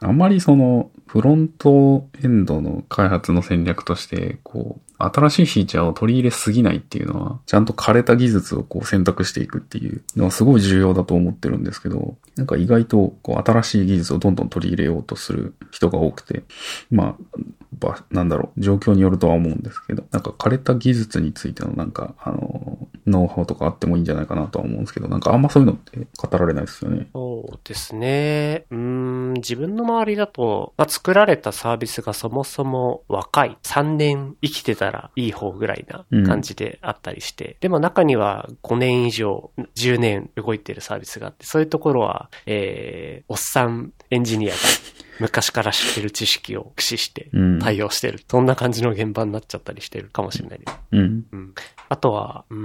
[SPEAKER 1] あんまりそのフロントエンドの開発の戦略として、こう、新しいフィーチャーを取り入れすぎないっていうのは、ちゃんと枯れた技術をこう選択していくっていうのはすごい重要だと思ってるんですけど、なんか意外とこう新しい技術をどんどん取り入れようとする人が多くて、まあ、ば、なんだろう、状況によるとは思うんですけど、なんか枯れた技術についてのなんか、あの、ノウハウとかあってもいいんじゃないかなとは思うんですけど、なんかあんまそういうのって語られないですよね。
[SPEAKER 2] そうですね。うん、自分の周りだと、まあ、作られたサービスがそもそも若い。3年生きてたらいい方ぐらいな感じであったりして。でも中には5年以上、10年動いてるサービスがあって、そういうところは、えー、おっさんエンジニアが昔から知ってる知識を駆使して
[SPEAKER 1] うん。
[SPEAKER 2] 対応してる。そんな感じの現場になっちゃったりしてるかもしれないです。
[SPEAKER 1] うん。
[SPEAKER 2] うん。あとは、うー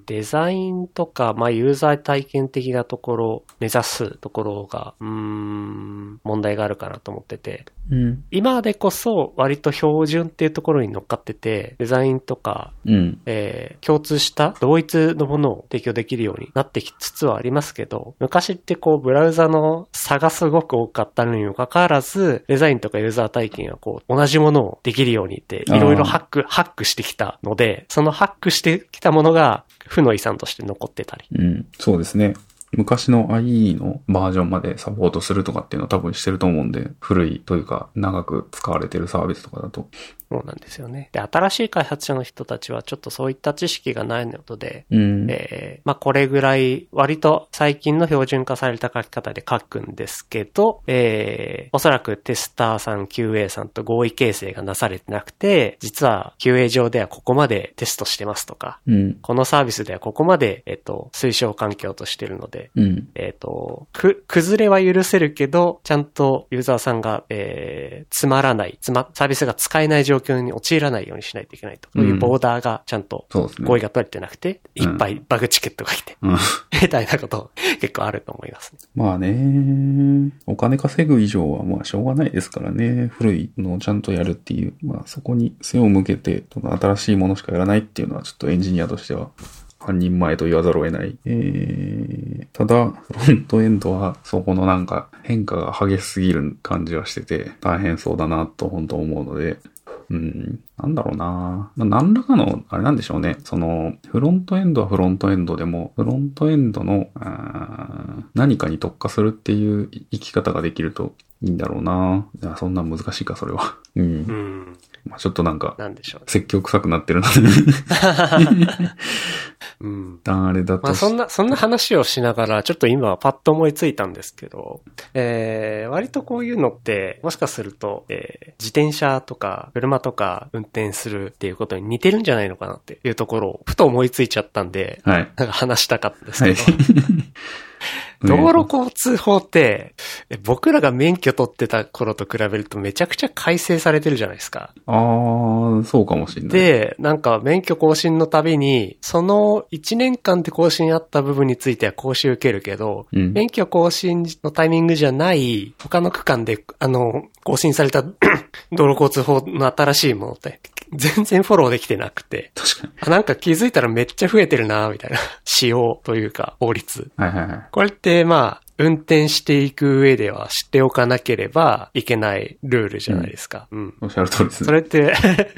[SPEAKER 2] ん、デザインとか、まあ、ユーザー体験的なところ、目指すところが、うーん、問題があるかなと思ってて、
[SPEAKER 1] うん。
[SPEAKER 2] 今でこそ割と標準っていうところに乗っかってて、デザインとか、
[SPEAKER 1] うん。
[SPEAKER 2] えー共通した同一のものを提供できるようになってきつつはありますけど、昔ってこうブラウザの差がすごく多かったのにもかかわらず、デザインとかユーザー体験がこう同じものをできるようにって、い
[SPEAKER 1] あー
[SPEAKER 2] ろいろハック、ハックしてきたので、そのハックしてきたものが負の遺産として残ってたり。
[SPEAKER 1] うん。そうですね。昔の IE のバージョンまでサポートするとかっていうのを多分してると思うんで、古いというか長く使われてるサービスとかだと。
[SPEAKER 2] そうなんですよね。で、新しい開発者の人たちはちょっとそういった知識がないので、
[SPEAKER 1] うん。
[SPEAKER 2] えーまあこれぐらい、割と最近の標準化された書き方で書くんですけど、えーおそらくテスターさん、QA さんと合意形成がなされてなくて、実は QA 上ではここまでテストしてますとか、
[SPEAKER 1] うん。
[SPEAKER 2] このサービスではここまで、えっと、推奨環境としてるので、
[SPEAKER 1] うん。
[SPEAKER 2] えっ、と、く、崩れは許せるけど、ちゃんとユーザーさんが、えーつまらない、つま、サービスが使えない状況に陥らないようにしないといけないと。そういうボーダーがちゃんと
[SPEAKER 1] そうですね。
[SPEAKER 2] 合意が取れてなくて、
[SPEAKER 1] うん
[SPEAKER 2] いっぱいバグチケットが来て、
[SPEAKER 1] うん。
[SPEAKER 2] みたいなこと結構あると思いますね。
[SPEAKER 1] まあね、お金稼ぐ以上はまあしょうがないですからね、古いのをちゃんとやるっていう、まあそこに背を向けて、その新しいものしかやらないっていうのはちょっとエンジニアとしては、半人前と言わざるを得ない。えー、ただ、フロントエンドは、そこのなんか変化が激しすぎる感じはしてて、大変そうだなと本当思うので、うん。なんだろうなまあ何らかの、あれなんでしょうね。その、フロントエンドはフロントエンドでも、フロントエンドの、うーん何かに特化するっていう生き方ができるといいんだろうないやそんな難しいか、それは。うん
[SPEAKER 2] う。ん。
[SPEAKER 1] まあ、ちょっとなんか、
[SPEAKER 2] なんでしょうね。
[SPEAKER 1] 説教臭くなってるな。
[SPEAKER 2] うん。
[SPEAKER 1] あれだ
[SPEAKER 2] ま
[SPEAKER 1] と
[SPEAKER 2] あ
[SPEAKER 1] し
[SPEAKER 2] そんな、そんな話をしながら、ちょっと今パッと思いついたんですけど、えー、割とこういうのって、もしかすると、えー、自転車とか車とか運転するっていうことに似てるんじゃないのかなっていうところを、ふと思いついちゃったんで、
[SPEAKER 1] はい。
[SPEAKER 2] なんか話したかったです
[SPEAKER 1] は
[SPEAKER 2] け
[SPEAKER 1] い
[SPEAKER 2] ど、。道路交通法って、え僕らが免許取ってた頃と比べるとめちゃくちゃ改正されてるじゃないですか。
[SPEAKER 1] ああ、そうかもしれない。、
[SPEAKER 2] で、なんか免許更新のたびに、その1年間で更新あった部分については講習受けるけど、
[SPEAKER 1] うん。
[SPEAKER 2] 免許更新のタイミングじゃない、他の区間で、あの、更新された 道路交通法の新しいものって、全然フォローできてなくて、
[SPEAKER 1] 確かに。
[SPEAKER 2] あなんか気づいたらめっちゃ増えてるな、みたいな。 仕様というか、法律。
[SPEAKER 1] はいはいはい。
[SPEAKER 2] これって、まあ、運転していく上では知っておかなければいけないルールじゃないですか。うん
[SPEAKER 1] おっしゃる通りです
[SPEAKER 2] そ
[SPEAKER 1] ね。
[SPEAKER 2] れ って、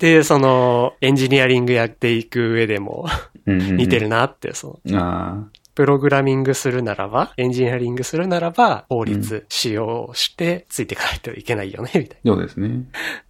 [SPEAKER 2] で、その、エンジニアリングやっていく上でも
[SPEAKER 1] うんうんうん
[SPEAKER 2] 似て。るなって、その、
[SPEAKER 1] ああ。
[SPEAKER 2] プログラミングするならば、エンジニアリングするならば、法律使用してついていかないといけないよね、みたい
[SPEAKER 1] そうですね。
[SPEAKER 2] な。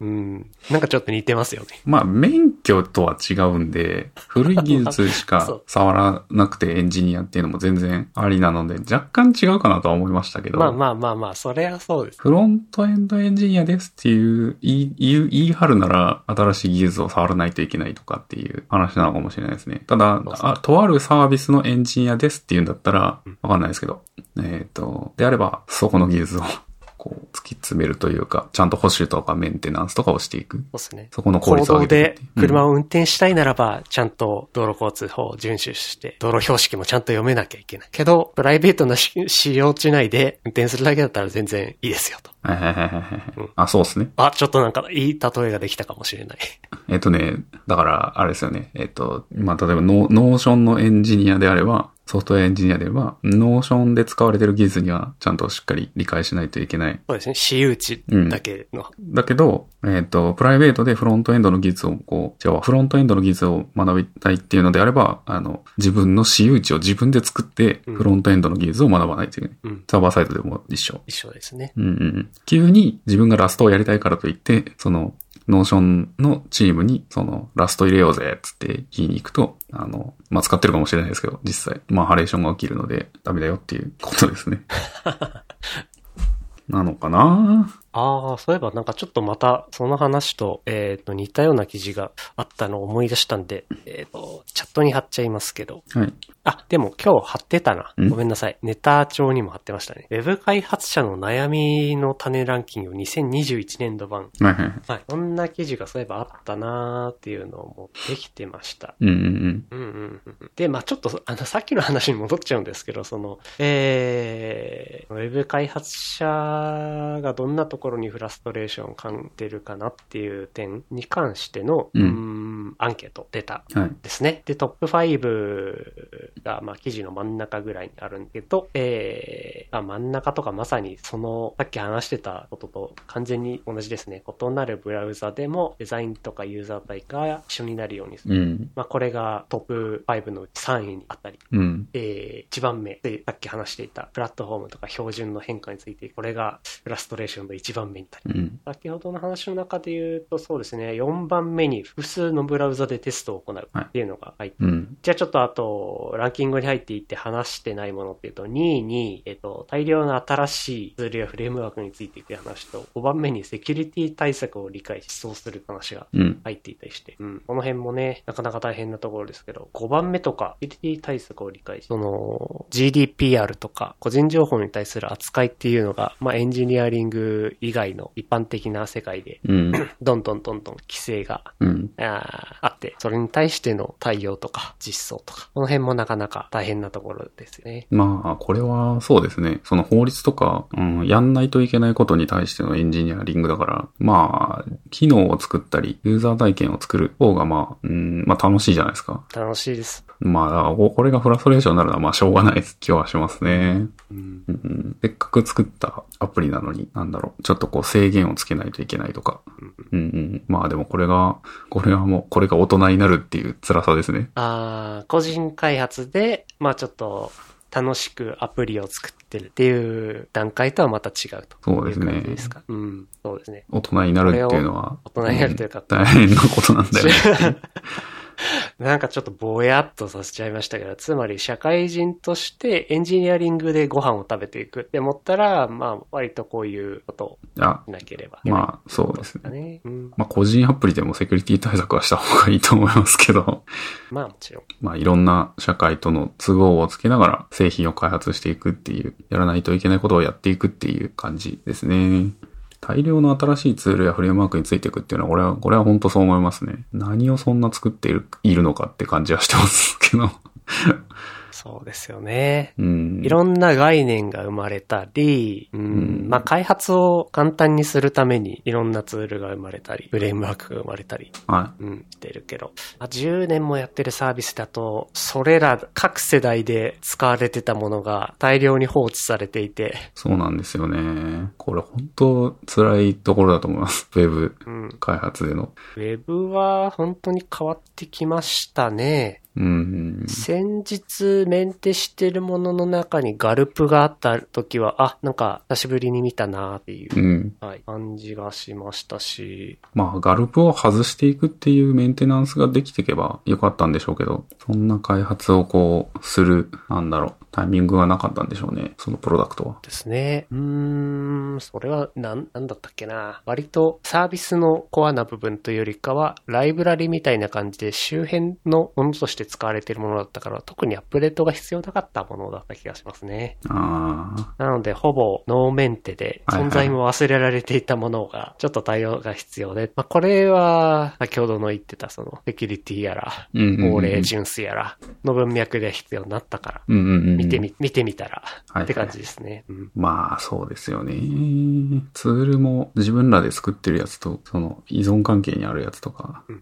[SPEAKER 2] うん。なんかちょっと似てますよね。
[SPEAKER 1] まあ、免許とは違うんで、古い技術し
[SPEAKER 2] そ
[SPEAKER 1] か
[SPEAKER 2] う
[SPEAKER 1] 触らなくてエンジニアっていうのも全然ありなので、若干違うかなとは思いましたけど。
[SPEAKER 2] まあまあまあまあ、それはそうです。
[SPEAKER 1] フロントエンドエンジニアですっていう、言い、言い言い張るなら、新しい技術を触らないといけないとかっていう話なのかもしれないですね。ただ、
[SPEAKER 2] そうそう
[SPEAKER 1] あとあるサービスのエンジニアですっていうんだったら
[SPEAKER 2] うん、
[SPEAKER 1] わかんないですけど、えっ、と、であれば、そこの技術を、 こう、突き詰めるというか、ちゃんと保守とかメンテナンスとかをしていく。
[SPEAKER 2] そうですね。
[SPEAKER 1] そこの効
[SPEAKER 2] 行
[SPEAKER 1] 率を
[SPEAKER 2] 動
[SPEAKER 1] 上げてい
[SPEAKER 2] で
[SPEAKER 1] くっていう。
[SPEAKER 2] 車
[SPEAKER 1] を。
[SPEAKER 2] を運転したいならば、ちゃんと道路交通法を遵守して、道路標識もちゃんと読めなきゃいけない。けど、プライベートなし使用地内で運転するだけだったら全然いいですよと。
[SPEAKER 1] はいはいはいはいはい
[SPEAKER 2] うん
[SPEAKER 1] あ、そうですね。
[SPEAKER 2] あ、ちょっとなんかいい例えができたかもしれない。
[SPEAKER 1] えっ、とね、だから、あれですよね。えっ、と、まあ、例えばノ、ノーションのエンジニアであれば、ソフトウェアエンジニアであれば、ノーションで使われてる技術にはちゃんとしっかり理解しないといけない。
[SPEAKER 2] そうですね。私有地だけの。
[SPEAKER 1] だけど、えっ、と、プライベートでフロントエンドの技術をこう、じゃあフロントエンドの技術を学びたいっていうのであれば、あの、自分の私有地を自分で作って、
[SPEAKER 2] うん
[SPEAKER 1] フロントエンドの技術を学ばないといけない。
[SPEAKER 2] うん。
[SPEAKER 1] サーバーサイトでも一緒。
[SPEAKER 2] 一緒ですね。
[SPEAKER 1] うんうんうん。急に自分がラストをやりたいからといって、その、ノーションのチームに、その、ラスト入れようぜ、つって言いに行くと、あの、まあ、使ってるかもしれないですけど、実際、まあ、ハレーションが起きるので、ダメだよっていう ことですね。なのかな
[SPEAKER 2] ああ、そういえばなんかちょっとまた、その話と、えっ、と、似たような記事があったのを思い出したんで、えっ、と、チャットに貼っちゃいますけど。
[SPEAKER 1] はい。
[SPEAKER 2] あ、でも今日貼ってたな。
[SPEAKER 1] ん
[SPEAKER 2] ごめんなさい。ネタ帳にも貼ってましたね。ウェブ開発者の悩みの種ランキング2021年度版。
[SPEAKER 1] はいはいはい。
[SPEAKER 2] はい。そんな記事がそういえばあったなーっていうのを持ってきてました。
[SPEAKER 1] うんうんうん。
[SPEAKER 2] うんうんうんうんで、まあちょっと、あの、さっきの話に戻っちゃうんですけど、その、えー、ウェブ開発者がどんなところにフラストレーションを感じてるかなっていう点に関しての、
[SPEAKER 1] うん
[SPEAKER 2] ーんアンケート、出た
[SPEAKER 1] はい。
[SPEAKER 2] ですね。で、トップ5が、まあ、記事の真ん中ぐらいにあるんだけど、えー、まあ、真ん中とかまさにその、さっき話してたことと完全に同じですね。異なるブラウザでもデザインとかユーザー体が一緒になるようにする。
[SPEAKER 1] うん。
[SPEAKER 2] まあ、これがトップ5のうち3位にあったり、
[SPEAKER 1] うん。
[SPEAKER 2] え1番目でさっき話していたプラットフォームとか標準の変化について、これがフラストレーションの1番目になったり。
[SPEAKER 1] うん。
[SPEAKER 2] 先ほどの話の中で言うと、そうですね、4番目に複数のブラウザでテストを行うっていうのが入って、
[SPEAKER 1] うん。
[SPEAKER 2] じゃあちょっとあと、ランキングに入っていって話してないものっていうと、2位に、えっと、大量の新しいツールやフレームワークについていく話と、5番目にセキュリティ対策を理解し、そうする話が
[SPEAKER 1] うん。
[SPEAKER 2] 入っていたりして、うん、この辺もね、なかなか大変なところですけど、5番目とか、セキュリティ対策を理解し、その、GDPR とか、個人情報に対する扱いっていうのが、まあ、エンジニアリング以外の一般的な世界で、
[SPEAKER 1] うん。
[SPEAKER 2] どんどんどんどん規制が
[SPEAKER 1] うん。
[SPEAKER 2] あーあって、それに対しての対応とか、実装とか、この辺もなかなか大変なところですよね。
[SPEAKER 1] まあ、これはそうですね。その法律とか、うん、やんないといけないことに対してのエンジニアリングだから、まあ、機能を作ったり、ユーザー体験を作る方が、まあ、うん、まあ楽しいじゃないですか。
[SPEAKER 2] 楽しいです。
[SPEAKER 1] まあだから、ここれがフラストレーションになるのは、まあ、しょうがない気はしますね。う
[SPEAKER 2] うん。
[SPEAKER 1] んうん、せっかく作ったアプリなのに、なんだろう、ちょっとこう制限をつけないといけないとか。うんうん、まあでもこれが、これはもう、これが大人になるっていう辛さですね。
[SPEAKER 2] あー個人開発で、まあちょっと、楽しくアプリを作ってるっていう段階とはまた違うと。
[SPEAKER 1] そうですね
[SPEAKER 2] いう感じですか。うん。そうですね。
[SPEAKER 1] 大人になるっていうのは、
[SPEAKER 2] 大人になるというか
[SPEAKER 1] ん大変なことなんだよね。
[SPEAKER 2] なんかちょっとぼやっとさせちゃいましたけど、つまり社会人としてエンジニアリングでご飯を食べていくって思ったら、まあ割とこういうことを
[SPEAKER 1] いや、
[SPEAKER 2] しなければいけない
[SPEAKER 1] まあ、そうです
[SPEAKER 2] だ
[SPEAKER 1] ね。
[SPEAKER 2] ね。うん。
[SPEAKER 1] まあ、個人アプリでもセキュリティ対策はした方がいいと思いますけど、
[SPEAKER 2] まあもちろん。
[SPEAKER 1] まあ、いろんな社会との都合をつけながら製品を開発していくっていう、やらないといけないことをやっていくっていう感じですね。大量の新しいツールやフレームワークについていくっていうのは、俺は、これは本当そう思いますね。何をそんな作っているいるのかって感じはしてますけど。
[SPEAKER 2] そうですよね。
[SPEAKER 1] うん。
[SPEAKER 2] いろんな概念が生まれたり、うん
[SPEAKER 1] うん
[SPEAKER 2] まあ開発を簡単にするためにいろんなツールが生まれたり、フレームワークが生まれたり、
[SPEAKER 1] は
[SPEAKER 2] うん、してるけど、まあ、10年もやってるサービスだと、それら各世代で使われてたものが大量に放置されていて、
[SPEAKER 1] い。そうなんですよね。これ本当辛いところだと思います。 ウェブ
[SPEAKER 2] うん、
[SPEAKER 1] 開発での。
[SPEAKER 2] ウェブは本当に変わってきましたね。
[SPEAKER 1] うん。
[SPEAKER 2] 先日メンテしてるものの中にガルプがあった時は、あ、なんか久しぶりに見たなっていうう、
[SPEAKER 1] ん。
[SPEAKER 2] はい、感じがしましたし、
[SPEAKER 1] まあ、ガルプを外していくっていうメンテナンスができていけばよかったんでしょうけど、そんな開発をこう、する、なんだろう、タイミングがなかったんでしょうね、そのプロダクトは。
[SPEAKER 2] ですね。うーん、それは、なん、なんだったっけな。割とサービスのコアな部分というよりかは、ライブラリみたいな感じで周辺のものとして使われているものだったから、特にアップデートが必要なかったものだった気がしますね。
[SPEAKER 1] ああ、
[SPEAKER 2] なので、ほぼノーメンテで、
[SPEAKER 1] はいはい
[SPEAKER 2] 存在も忘れられていたものが、ちょっと対応が必要で、まあ、これは、先ほどの言ってた、その、セキュリティやら、
[SPEAKER 1] うんうんうん
[SPEAKER 2] 法令純粋やら、の文脈で必要になったから、
[SPEAKER 1] うんうんうん。
[SPEAKER 2] 見てみ、見てみたら、
[SPEAKER 1] はい
[SPEAKER 2] って感じですね。うん
[SPEAKER 1] まあ、そうですよね。ツールも自分らで作ってるやつと、その依存関係にあるやつとか
[SPEAKER 2] うん、
[SPEAKER 1] い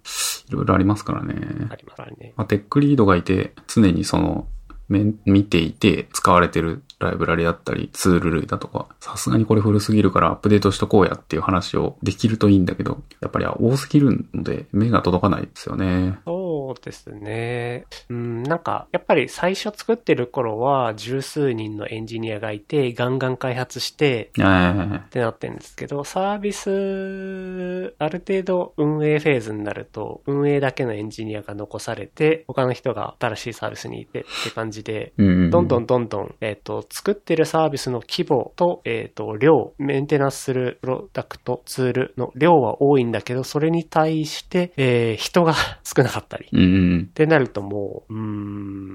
[SPEAKER 1] ろいろありますからね。
[SPEAKER 2] ありますからね。
[SPEAKER 1] まあ、テックリードがいて、常にその、めん見ていて使われてるライブラリだったり、ツール類だとか、さすがにこれ古すぎるからアップデートしとこうやっていう話をできるといいんだけど、やっぱり多すぎるので目が届かないですよね。
[SPEAKER 2] そうですね。うん、なんか、やっぱり最初作ってる頃は、十数人のエンジニアがいて、ガンガン開発して、
[SPEAKER 1] ええ
[SPEAKER 2] ってなってるんですけど、サービス、ある程度運営フェーズになると、運営だけのエンジニアが残されて、他の人が新しいサービスにいてって感じで、
[SPEAKER 1] うう
[SPEAKER 2] どんどんどんどん、えっ、と、作ってるサービスの規模と、えっ、と、量、メンテナンスするプロダクト、ツールの量は多いんだけど、それに対して、えー人が少なかったり。っ
[SPEAKER 1] うんうん。
[SPEAKER 2] てなるともう、うー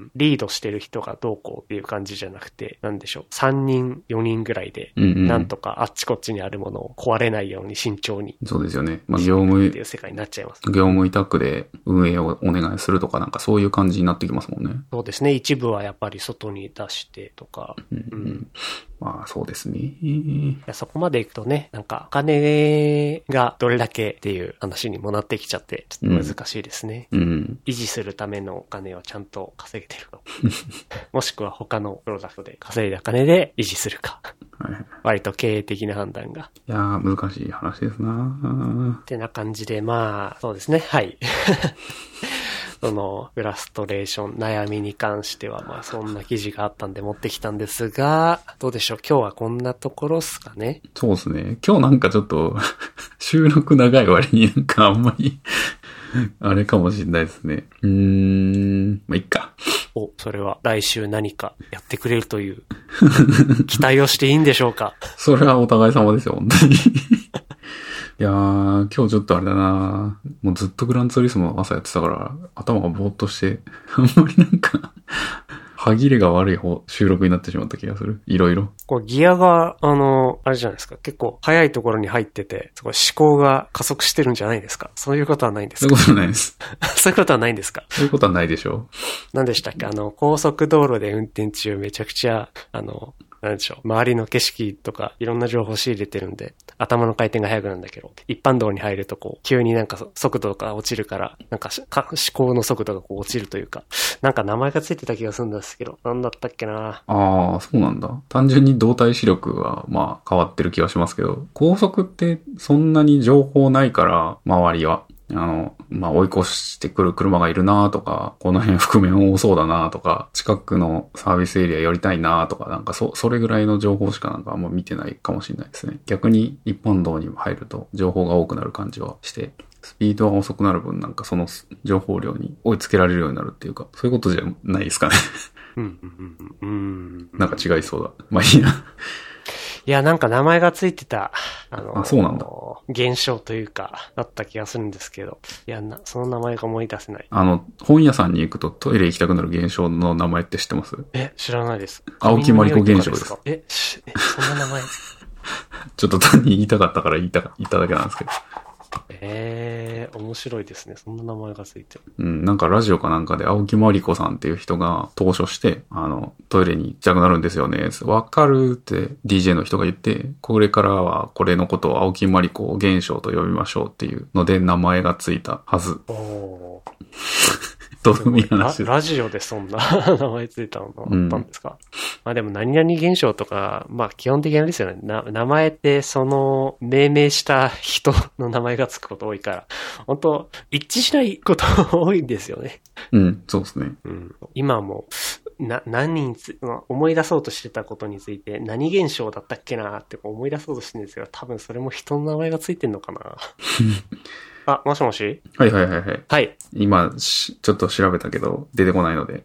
[SPEAKER 2] ん、リードしてる人がどうこうっていう感じじゃなくて、なんでしょう。3人、4人ぐらいで、
[SPEAKER 1] うんうん。
[SPEAKER 2] なんとかあっちこっちにあるものを壊れないように慎重に
[SPEAKER 1] そうですよね。まあ、業務
[SPEAKER 2] ってい、う世界になっちゃいます。
[SPEAKER 1] 業務委託で運営をお願いするとかなんかそういう感じになってきますもんね。
[SPEAKER 2] そうですね。一部はやっぱり外に出してとか、うん
[SPEAKER 1] まあそうですね。
[SPEAKER 2] いやそこまで行くとね、なんか、お金がどれだけっていう話にもなってきちゃって、ちょっと難しいですね。
[SPEAKER 1] うん。
[SPEAKER 2] 維持するためのお金をちゃんと稼げてるか。もしくは他のプロダクトで稼いだ金で維持するか。
[SPEAKER 1] はいはい
[SPEAKER 2] 割と経営的な判断が。
[SPEAKER 1] いやー、難しい話ですな
[SPEAKER 2] ってな感じで、まあ、そうですね。はい。 その、フラストレーション、悩みに関しては、まあ、そんな記事があったんで持ってきたんですが、どうでしょう今日はこんなところっすかね
[SPEAKER 1] そうですね。今日なんかちょっと、 収録長い割になんかあんまり、 あれかもしれないですね。うーん。まあ、いっか。
[SPEAKER 2] お、それは来週何かやってくれるという、期待をしていいんでしょうか
[SPEAKER 1] それはお互い様ですよ、本当に。い やー、今日ちょっとあれだなもうずっとグランツーリスモ朝やってたから、頭がぼーっとして、あんまりなんか、歯切れが悪い方、収録になってしまった気がする。いろいろ。
[SPEAKER 2] こうギアが、あの、あれじゃないですか。結構早いところに入ってて、すごい思考が加速してるんじゃないですかそういうことはないんで
[SPEAKER 1] そ
[SPEAKER 2] す
[SPEAKER 1] ういう
[SPEAKER 2] か
[SPEAKER 1] ことないです。
[SPEAKER 2] そういうことはないんですか
[SPEAKER 1] そういうことはないでしょ
[SPEAKER 2] 何でしたっけあの、高速道路で運転中めちゃくちゃ、あの、なんでしょう、周りの景色とかいろんな情報を仕入れてるんで、頭の回転が速くなるんだけど、一般道に入るとこう、急になんかそ速度が落ちるから、なんかしか思考の速度がこう落ちるというか、なんか名前がついてた気がするんですけど、なんだったっけな
[SPEAKER 1] う。ああ、そうなんだ。単純に動体視力は、まあ、変わってる気はしますけど、高速ってそんなに情報ないから、周りは。あの、まあ、追い越してくる車がいるなとか、この辺覆面多そうだなとか、近くのサービスエリア寄りたいなとか、なんかそ、それぐらいの情報しかなんかあんま見てないかもしれないですね。逆に一般道に入ると情報が多くなる感じはして、スピードが遅くなる分なんかその情報量に追いつけられるようになるっていうか、そういうことじゃないですかね。
[SPEAKER 2] うん、うん、うんうん、うん。
[SPEAKER 1] なんか違いそうだ。まあいいや。
[SPEAKER 2] いや、なんか名前がついてた、あの、
[SPEAKER 1] あそうなんだ
[SPEAKER 2] 現象というか、だった気がするんですけど、いや、なその名前が思い出せない。
[SPEAKER 1] あの、本屋さんに行くとトイレ行きたくなる現象の名前って知ってます
[SPEAKER 2] え、知らないです。
[SPEAKER 1] 青木まりこ現象です
[SPEAKER 2] かえ、しえそ んな名前
[SPEAKER 1] ちょっと単に言いたかったから言いたか、言っただけなんですけど。
[SPEAKER 2] えー、面白いですね。そんな名前がついてる。
[SPEAKER 1] うん、なんかラジオかなんかで青木まりこさんっていう人が投書して、あの、トイレに行きたくなるんですよね。わかるって DJ の人が言って、これからはこれのことを青木まりこ現象と呼びましょうっていうので名前がついたはず。
[SPEAKER 2] おー。
[SPEAKER 1] どうでもいい話です
[SPEAKER 2] ララジオでそんな 名前ついたのあったんですか、まあでも何々現象とか、まあ基本的にあれですよね。な名前ってその命名した人の名前がつくこと多いから、本当一致しないこと多いんですよね。
[SPEAKER 1] うん、そうですね。
[SPEAKER 2] うん、今も、な、何につ、思い出そうとしてたことについて、何現象だったっけなって思い出そうとしてるんですけど、多分それも人の名前がついてんのかなあ、もしもし
[SPEAKER 1] はいはいはいはい。
[SPEAKER 2] はい。
[SPEAKER 1] 今、しちょっと調べたけど、出てこないので。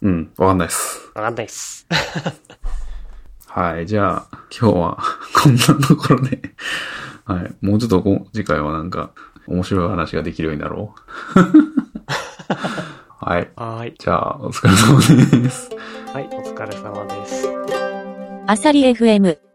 [SPEAKER 1] うん、わかんないです。
[SPEAKER 2] わかんないっす。
[SPEAKER 1] はい、じゃあ、今日は、 こんなところで。はい、もうちょっとこ次回はなんか、面白い話ができるようになろう。 はい。
[SPEAKER 2] はーい。
[SPEAKER 1] じゃあ、お疲れ様です。
[SPEAKER 2] はい、お疲れ様です。
[SPEAKER 3] アサリ FM。